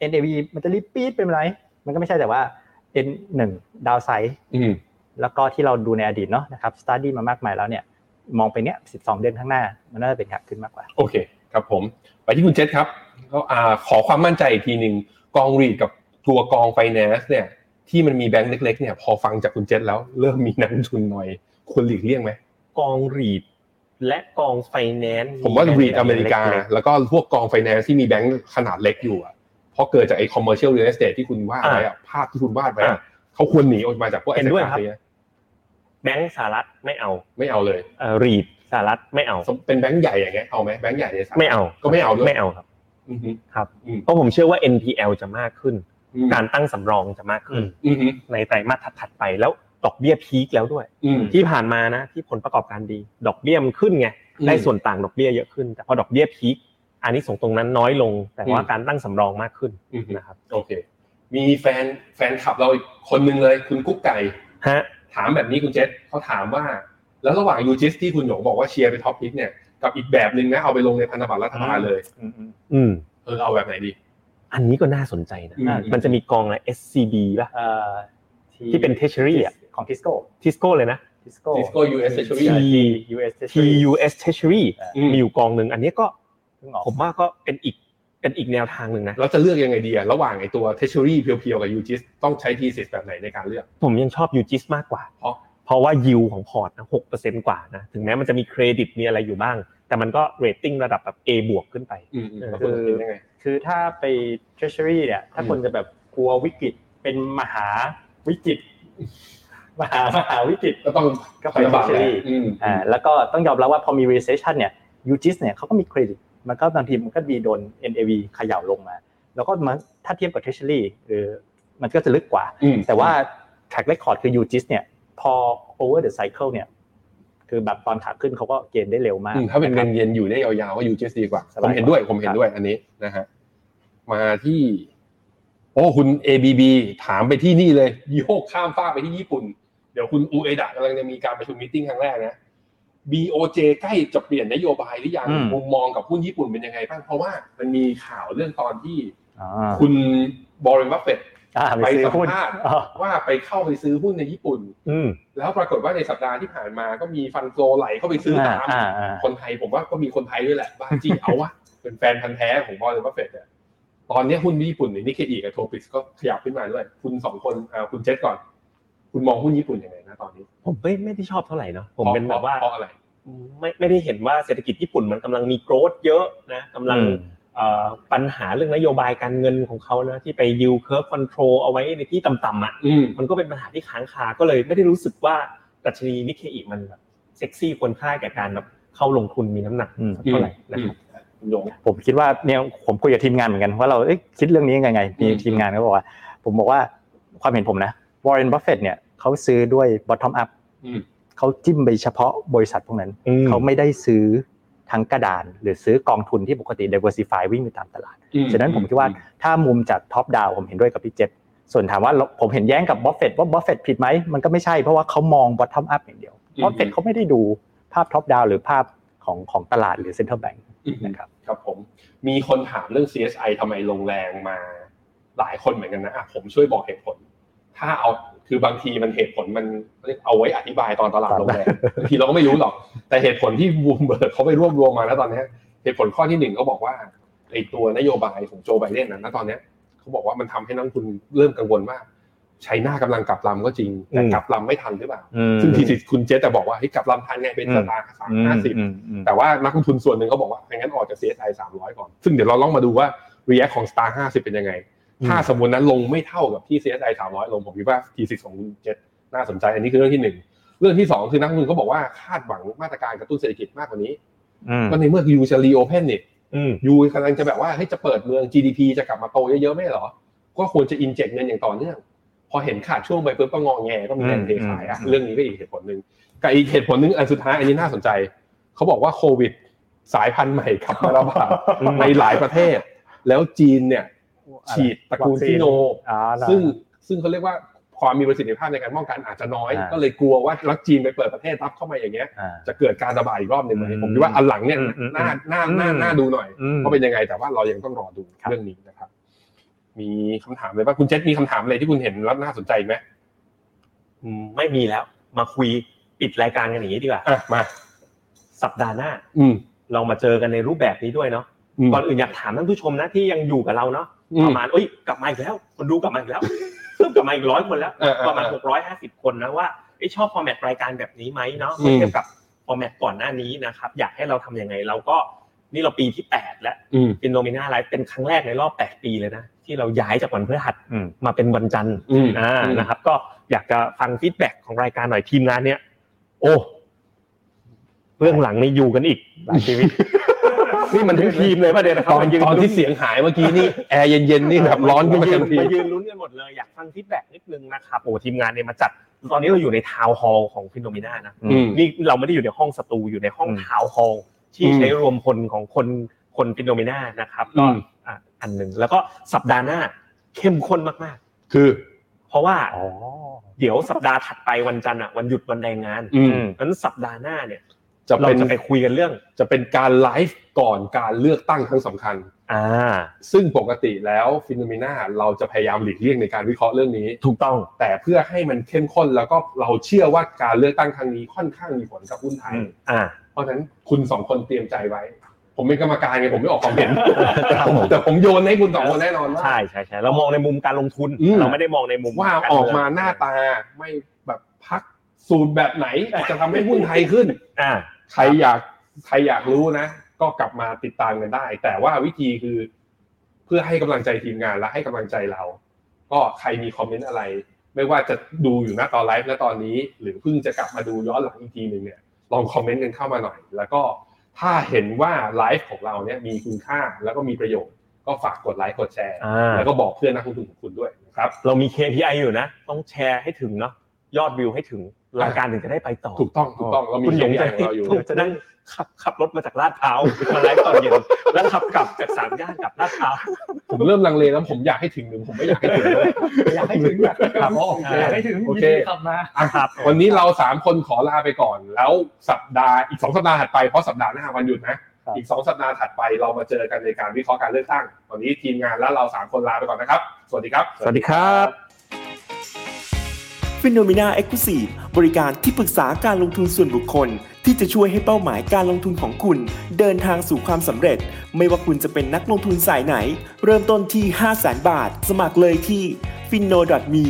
D: NAV มันจะรีบปี๊ดเป็นไร มันก็ไม่ใช่แต่ว่า N1 ดาวไซ d ์
C: อืม
D: แล้วก็ที่เราดูในอดีตเนาะนะครับ study มามากมายแล้วเนี่ย มองไปเนี้ย12 เดือนข้างหน้า มันน่าจะเป็นขาขึ้นมากกว่า
C: โอเคครับผม ไปที่คุณเจษครับก็อ่าขอความมั่นใจอีกทีหนึ่งกองรีดกับตัวกองไฟแนนซ์เนี่ย ที่มันมีแบงก์เล็ก ๆ เนี่ย พอฟังจากคุณเจษแล้วเริ่มมีนักลงทุนหน่อย ควรหลีกเลี่ยงไหม
B: กองรีดและกองไฟแนนซ์
C: ผมว่ารีดอเมริกา
B: เล็ๆ
C: แล้วก็พวกกองไฟแนนซ์ที่มีแบงก์ขนาดเล็กอยู่อะเพราะเกิดจากไอ้คอมเมอร์เชียลเรียลเอสเตทที่คุณวาดไว้อะภาพที่คุณวาดไว้
B: อ่า
C: อะเขาควรหนีออกมาจากพวก
B: เห็
C: ไอ้
B: นด้วยครับ
C: เนี้ย
B: แบงก์สหรัฐไม่เอา
C: ไม่เอาเลย
B: เอ่อรีดสหรัฐไม่เอา
C: เป็นแบงก์ใหญ่อย่างเงี้ยเอาไหมแบงก์ใหญ่ในสหรัฐ
B: ไม่เอา
C: ก็ไม่เอาด้วย
B: ไม่เอาครับ
C: อือฮึ
B: ครับ
C: อืม
B: เพราะผมเชื่อว่า NPL จะมากขึ้น
C: อืม
B: การตั้งสำรองจะมากขึ้น
C: อือฮึ
B: ในไตรมาสถัดๆไปแล้วดอกเบี้ยพีคแล้วด้วย
C: อืม
B: ที่ผ่านมานะที่ผลประกอบการดี ดอกเบี้ยมันขึ้นไง
C: อืม
B: ได้ส่วนต่างดอกเบี้ยเยอะขึ้น แต่พอดอกเบี้ยพีคอันนี้ส่งส์ตรงนั้นน้อยลง แต่ว่า
C: อืม
B: การตั้งสำรองมากขึ้น
C: อือฮึ
B: นะครับ
C: โอเค มีแฟนแฟนคลับเราอีกคนหนึ่งเลยคุณกุ๊กไก่
B: ฮะ
C: ถามแบบนี้คุณเจษเขาถามว่า แล้วระหว่างยูจิสที่คุณหยงบอกว่าเชียร์ไปท็อปพิกเนี่ยกับอีกแบบหนึ่งนะเอาไปลงในพันธบัตรรัฐบาลเลย
B: อืม
C: เออเอาแบบไหนดี
B: อันนี้ก็น่าสนใจนะ
C: อืม
B: มันจะมีกองอะไร SCB ป่ะ
D: เอ่อ
B: ที่เป็น Treasury อะ
D: ของ Tisco
B: ทิสโก้เลยนะ
D: Tisco
C: Tisco US Treasury
D: US Treasury
B: TUS Treasury
C: อืม
B: มีอยู่กองหนึ่งอันนี้ก็
D: เพิ่งออก
B: ผมว่าก็เป็นอีกเป็นอีกแนวทางหนึ่งนะ
C: เราจะเลือกยังไงดีอะระหว่างไอตัวเทชเชอรี่เพียวๆกับยูจิสต้องใช้ทีสิสแบบไหนในการเลือก
B: ผมยังชอบยูจิสมากกว่า
C: เพราะ
B: เพราะว่ายิวของพอร์ตนะหกเปอร์เซ็นกว่านะ ถึงแม้มันจะมีเครดิตมีอะไรอยู่บ้าง แต่มันก็เรตติ้งระดับแบบ A บวกขึ้นไป
C: อืมๆ
B: เออ
C: แล้วคุณคิดยังไง
D: คือถ้าไป treasury เนี่ยถ้า
C: อืม
D: คนจะแบบกลัววิกฤตเป็นมหาวิกฤตมหามหาวิกฤต
C: ก็ต้อง
D: ก็ไป
C: พันธบัตรแหละ
D: Treasury
C: อืม
D: อ่าแล้วก็ต้องยอมรับว่าพอมี recession เนี่ย UGIS เนี่ยเขาก็มีเครดิต มันก็บางทีมันก็มีโดน NAV เขย่าลงมา แล้วก็มาถ้าเทียบกับ treasury หรือมันก็จะลึกกว่า
C: อืม
D: แต่ว่า track record คือ UGIS เนี่ยพอ over the cycle เนี่ยคือแบบตอนขาขึ้นเขาก็เกณฑ์ได้เร็วมาก
C: อืมถ้าเป็นเงินเย็นอยู่ได้ยาวๆก็ยูจิสดีกว่า
D: สบาย
C: ผมเห็นด้วยผมเห็นด้วยอันนี้นะฮะมาที่ โอ้คุณ ABB ถามไปที่นี่เลยโยกข้ามฟ้ากไปที่ญี่ปุ่น เดี๋ยวคุณอูเอดะกำลังจะมีการประชุมมิทติ้งครั้งแรกนะ BOJ ใกล้จะเปลี่ยนนโยบายหรือยัง
D: อืม
C: มุมมองกับหุ้นญี่ปุ่นเป็นยังไงบ้าง เพราะว่ามันมีข่าวเรื่องตอนที่
D: อ่า
C: คุณบร r เรนบัฟเฟต
D: อ่า
C: ไป
D: ไปซื้อ
C: สัม
D: หุ้น
C: ภาษณ์
D: อ๋อ
C: ว่าไปเข้าไปซื้อหุ้นในญี่ปุ่น
B: อืม
C: แล้วปรากฏว่าในสัปดาห์ที่ผ่านมาก็มีฟันโฟลไหลเข้าไปซื้อตาม
D: อ่าอ่า
C: คนไทยผมว่าก็มีคนไทยด้วยแหละบ้าจี้ เอา วะเป็นแฟนพันธ์แท้ของบอลเลนบัฟเฟตเนี่ยตอนนี้หุ้นญี่ปุ่นเนี่ยนิเคอีกับโทปิสก็ขยับขึ้นมาด้วย คุณสองคนอ่าคุณเจษก่อน คุณมองหุ้นญี่ปุ่นยังไงนะตอนนี้
B: ผมไม่ไม่ได้ชอบเท่าไหร่เนาะผม
C: พราะ
B: เป็นแบบว่า
C: เพราะอะไร
B: ไม่ไม่ได้เห็นว่าเศรษฐกิจญี่ปุ่นมันกำลังมีโกรดเยอะนะกำลังเอ่อปัญหาเรื่องนโยบายการเงินของเขานะที่ไปยิวเคิร์ฟคอนโทรลเอาไว้ในที่ต่ำๆอ่ะ
C: อืม
B: มันก็เป็นปัญหาที่ค้างคา ก็เลยไม่ได้รู้สึกว่าดัชนีนิเคอีมันแบบเซ็กซี่ควรค่าแก่การแบบเข้าลงทุนมีน้ำหนัก
D: อืม
B: สักเท่าไหร่นะครับ
C: คุณหยง
D: ผมคิดว่าเนี่ยผมคุยกับทีมงานเหมือนกันว่าเราเอ๊ะคิดเรื่องนี้ยังไง มี
C: อืม
D: ทีมงานก็บอกว่า ผมบอกว่าความเห็นผมนะวอร์เรนบัฟเฟตเนี่ยเขาซื้อด้วย bottom up
C: อืม
D: เขาจิ้มไปเฉพาะบริษัทพวกนั้น
B: อืม
D: เขาไม่ได้ซื้อทั้งกระดาน หรือซื้อกองทุนที่ปกติ diversify วิ่งไปตามตลาด
C: อืม
D: ฉะนั้นผมคิดว่าถ้ามุมจากท็อปดาวผมเห็นด้วยกับพี่เจฟส่วนถามว่าผมเห็นแย้งกับบัฟเฟตว่าบัฟเฟตผิดไหมมันก็ไม่ใช่เพราะว่าเขามอง bottom up อย่างเดียวบัฟเฟตเขาไม่ได้ดูภาพท็อปดาวหรือภาพของของตลาดหรือ central bank
C: อื
D: นะครับ
C: ครับผมมีคนถามเรื่อง CSI ทำไมลงแรงมาหลายคนเหมือนกันนะอ่ะผมช่วยบอกเหตุผล ถ้าเอาคือบางทีมันเหตุผลมันเรียกเอาไว้อธิบายตอนตลาดลงแรง บางทีเราก็ไม่รู้หรอก แต่เหตุผลที่บูมเบิร์กเขาไปรวบรวมมาแล้วตอนเนี้ยเหตุผลข้อที่หนึ่งเขาบอกว่าไอ้ตัวนโยบายของโจไบเดนนะณตอนเนี้ยเขาบอกว่ามันทำให้นักลงทุนเริ่มกังวลว่าไชน่ากำลังกลับลำก็จริงแต่
B: อืม
C: กลับลำไม่ทันหรือเปล่า
D: อืม
C: ซึ่งทีสิทธิ์คุณเจษแต่บอกว่าเฮ้ยกลับลำทันไงเป็นสตาร์สามห้าสิบ
D: อืมอืม
C: แต่ว่านักลงทุนส่วนหนึ่งเขาบอกว่างั้นออกจาก CSI 300 ก่อน ซึ่งเดี๋ยวเราลองมาดูว่า React ของ Star 50 เป็นยังไง ถ้าสมมตินั้นลงไม่เท่ากับที่ CSI 300 ลงผมคิดว่า T10 ของคุณเจษน่าสนใจ อันนี้คือเรื่องที่หนึ่งเรื่องที่สองคือนักลงทุนก็บอกว่าคาดหวังมาตรการกระตุ้นเศรษฐกิจมากกว่านี้
D: อืม
C: ก็ในเมื่อยูจะ reopen นี่
B: อืม
C: ยูกำลังจะแบบว่าเฮ้ยจะเปิดเมือง GDP จะกลับมาโตเยอะๆไม่เหรอ ก็ควรจะ inject เงินอย่างต่อเนื่อง พอเห็นขาดช่วงไปปุ๊บก็งอแงก็มีแรงเทขายอ่ะเรื่องนี้ก็อีกเหตุผลหนึ่ง กับอีกเหตุผลหนึ่งอันสุดท้ายอันนี้น่าสนใจ เขาบอกว่าโควิด สายพันธุ์ใหม่กลับมาระบาด ในหลายประเทศ แล้วจีนเนี่ย ฉีดตระกูลซิโน
D: อ่านะ
C: ซึ่งซึ่งเขาเรียกว่าความมีประสิทธิภาพในการป้องกันอาจจะน้อย
D: อ่า
C: ก็เลยกลัวว่ารักจีนไปเปิดประเทศรับเข้ามาอย่างเงี้ย
D: อ่า
C: จะเกิดการระบาดอีกรอบหนึ่งไหม
D: อืม
C: ผมคิดว่าอันหลังเนี่ย
D: อืมอืม
C: น่าน่าน่า
D: อืม
C: น่าดูหน่อย
D: อืม
C: ว่าเป็นยังไงแต่ว่าเรายังต้องรอดู
D: ครับ
C: เรื่องนี้นะครับ มีคำถามเลยว่าคุณเจษมีคำถามอะไรที่คุณเห็นแล้วน่าสนใจไหม
B: อืมไม่มีแล้วมาคุยปิดรายการกันอย่างนี้ดีกว่า
C: อ่ะมา
B: สัปดาห์หน้า
C: อืม
B: เรามาเจอกันในรูปแบบนี้ด้วยเนาะ
C: อืม
B: ก่อนอื่นอยากถามท่านผู้ชมนะที่ยังอยู่กับเราเนาะ
C: อืม
B: ประมาณเอ้ยกลับมาอีกแล้ว คนดูกลับมาอีกแล้ว เพิ่มกลับมาอีกร้อยคนแล้ว
C: เออเออเออ
B: ประมาณหกร้อยห้าสิบคนนะว่าเอ้ยชอบฟอร์แมตรายการแบบนี้ไหมเนาะ
C: อืม
B: เมื่อเทียบกับฟอร์แมตก่อนหน้านี้นะครับอยากให้เราทำยังไงเราก็นี่เราปีที่แปดแล้ว
C: อืม
B: ฟินโนมิน่าไลฟ์เป็นครั้งแรกในรอบแปดปีเลยนะที่เราย้ายจากวันพฤหัส
D: อืม
B: มาเป็นวันจันทร์
C: อืม
B: อ่า
C: อืม
B: นะครับ ก็อยากจะฟังฟีดแบ็กของรายการหน่อยทีมงานเนี่ย โอ้เรื่องหลังนี่อยู่กันอีกหลายชีวิต นี่มันทั้งทีมเลยประเด็นนะครับ
C: ตอน
B: มายื
C: ตอนที่เสียงหายเมื่อกี้นี่ แอร์เย็นๆ นี่แบบร้อนขึ้นมา
B: ยื
C: ทันที
B: มายืนลุ้นกันหมดเลย อยากฟังฟีดแบ็กนิดนึงนะครับโอ้ทีมงานเนี่ยมาจัด ตอนนี้เราอยู่ในทาวน์ฮอลล์ของฟิโนมิน่านะ
D: อืม
B: นี่เราไม่ได้อยู่ในห้องสตูอยู่ในห้อง
D: อืม
B: ทาวน์ฮอลล์ที่
C: อืม
B: ใช้รวมพลของคนคนฟิโนมิน่านะครับก็
C: อืม
B: อ่ะอันหนึ่งแล้วก็สัปดาห์หน้าเข้มข้นมาก
C: คือ
B: ๆ เพราะว่า
D: อ๋อ哦
B: เดี๋ยวสัปดาห์ถัดไปวันจันทร์อ่ะวันหยุดวันแรงงาน
C: อืม
D: อืม
B: งั้นสัปดาห์หน้าเนี่ย
C: จะ
B: เรา
C: เป็น
B: จะไปคุยกันเรื่อง
C: จะเป็นการไลฟ์ก่อนการเลือกตั้งครั้งสำคัญ
B: อ่า
C: ซึ่งปกติแล้วฟิโนเมนาเราจะพยายามหลีกเลี่ยงในการวิเคราะห์เรื่องนี้
B: ถูกต้อง
C: แต่เพื่อให้มันเข้มข้นแล้วก็เราเชื่อว่าการเลือกตั้งครั้งนี้ค่อนข้างมีผลกับหุ้นไทย
D: อืม
B: อ่า
C: เพราะฉะนั้นคุณสองคนเตรียมใจไว้ ผมเป็นกรรมการไงผมไม่ออกความเห็น
B: ครับผม
C: แต่ผมโยนให้คุณสองคนแน่นอนว่า
B: ใช่ใช่ใช่เรามองในมุมการลงทุน
C: อืม
B: เราไม่ได้มองในมุม
C: ว่าออกมาหน้าตาไม่แบบพักสูตรแบบไหนจะทำให้หุ้นไทยขึ้น
B: อ่า
C: ใครอยากใครอยากรู้นะ ก็กลับมาติดตามกันได้ แต่ว่าวิธีคือ เพื่อให้กำลังใจทีมงานและให้กำลังใจเรา ก็ใครมีคอมเมนต์อะไร ไม่ว่าจะดูอยู่นะตอนไลฟ์นะตอนนี้ หรือเพิ่งจะกลับมาดูย้อนหลังอีกทีหนึ่งเนี่ยลองคอมเมนต์กันเข้ามาหน่อย แล้วก็ถ้าเห็นว่าไลฟ์ของเราเนี่ยมีคุณค่าแล้วก็มีประโยชน์ ก็ฝากกดไลค์กดแชร์
B: อ่า
C: แล้วก็บอกเพื่อนนักลงทุนของคุณด้วยนะครับ
B: เรามี KPI อยู่นะ ต้องแชร์ให้ถึงเนาะ ยอดวิวให้ถึง รายการถึงจะได้ไปต่อ
C: ถูกต้องถูกต้องเรามี
B: คุณหยง
C: เก
B: จะ
C: มของเราอยู่
B: ถูกจะนั่งขับขับรถมาจากลาดพร้าว มาไลฟ์ตอนเย็น แล้วขับกลับจากสามย่านกลับลาดพร้าว
C: ผมเริ่มลังเลแล้วผมอยากให้ถึงหรือผมไม่อยากให้ถึง
E: อยากให้ถึงอยากให้ถึง
C: ครับโอเค
E: อยากให้ถึง
C: โอ
E: มี
C: เค
E: ชื่อกลับมา
C: อ่ะครับวันนี้เราสามคนขอลาไปก่อน แล้วสัปดาห์อีกสองสัปดาห์ถัดไปเพราะสัปดาห์หน้าวันหยุดนะ
D: ครับ
C: อีกสองสัปดาห์ถัดไปเรามาเจอกันในการวิเคราะห์การเลือกตั้ง วันนี้ทีมงานและเราสามคนลาไปก่อนนะครับ สวัสดีครับ
D: สวัสดีครับ
F: f i n o m e n a e x c l u s i v e บริการที่ปรึกษาการลงทุนส่วนบุคคล ที่จะช่วยให้เป้าหมายการลงทุนของคุณ เดินทางสู่ความสำเร็จ ไม่ว่าคุณจะเป็นนักลงทุนสายไหน เริ่มต้นที่ 5 0 0 0 0 0 บาท สมัครเลยที่ f i n o m e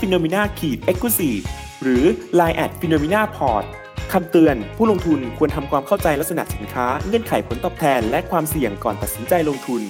F: f i n o m e n a e x c l u s i v e หรือ line at f i n o m e n a p o r t คำเตือน ผู้ลงทุนควรทำความเข้าใจลักษณะสินค้า เงื่อนไขผลตอบแทน และความเสี่ยงก่อนตัดสินใจลงทุน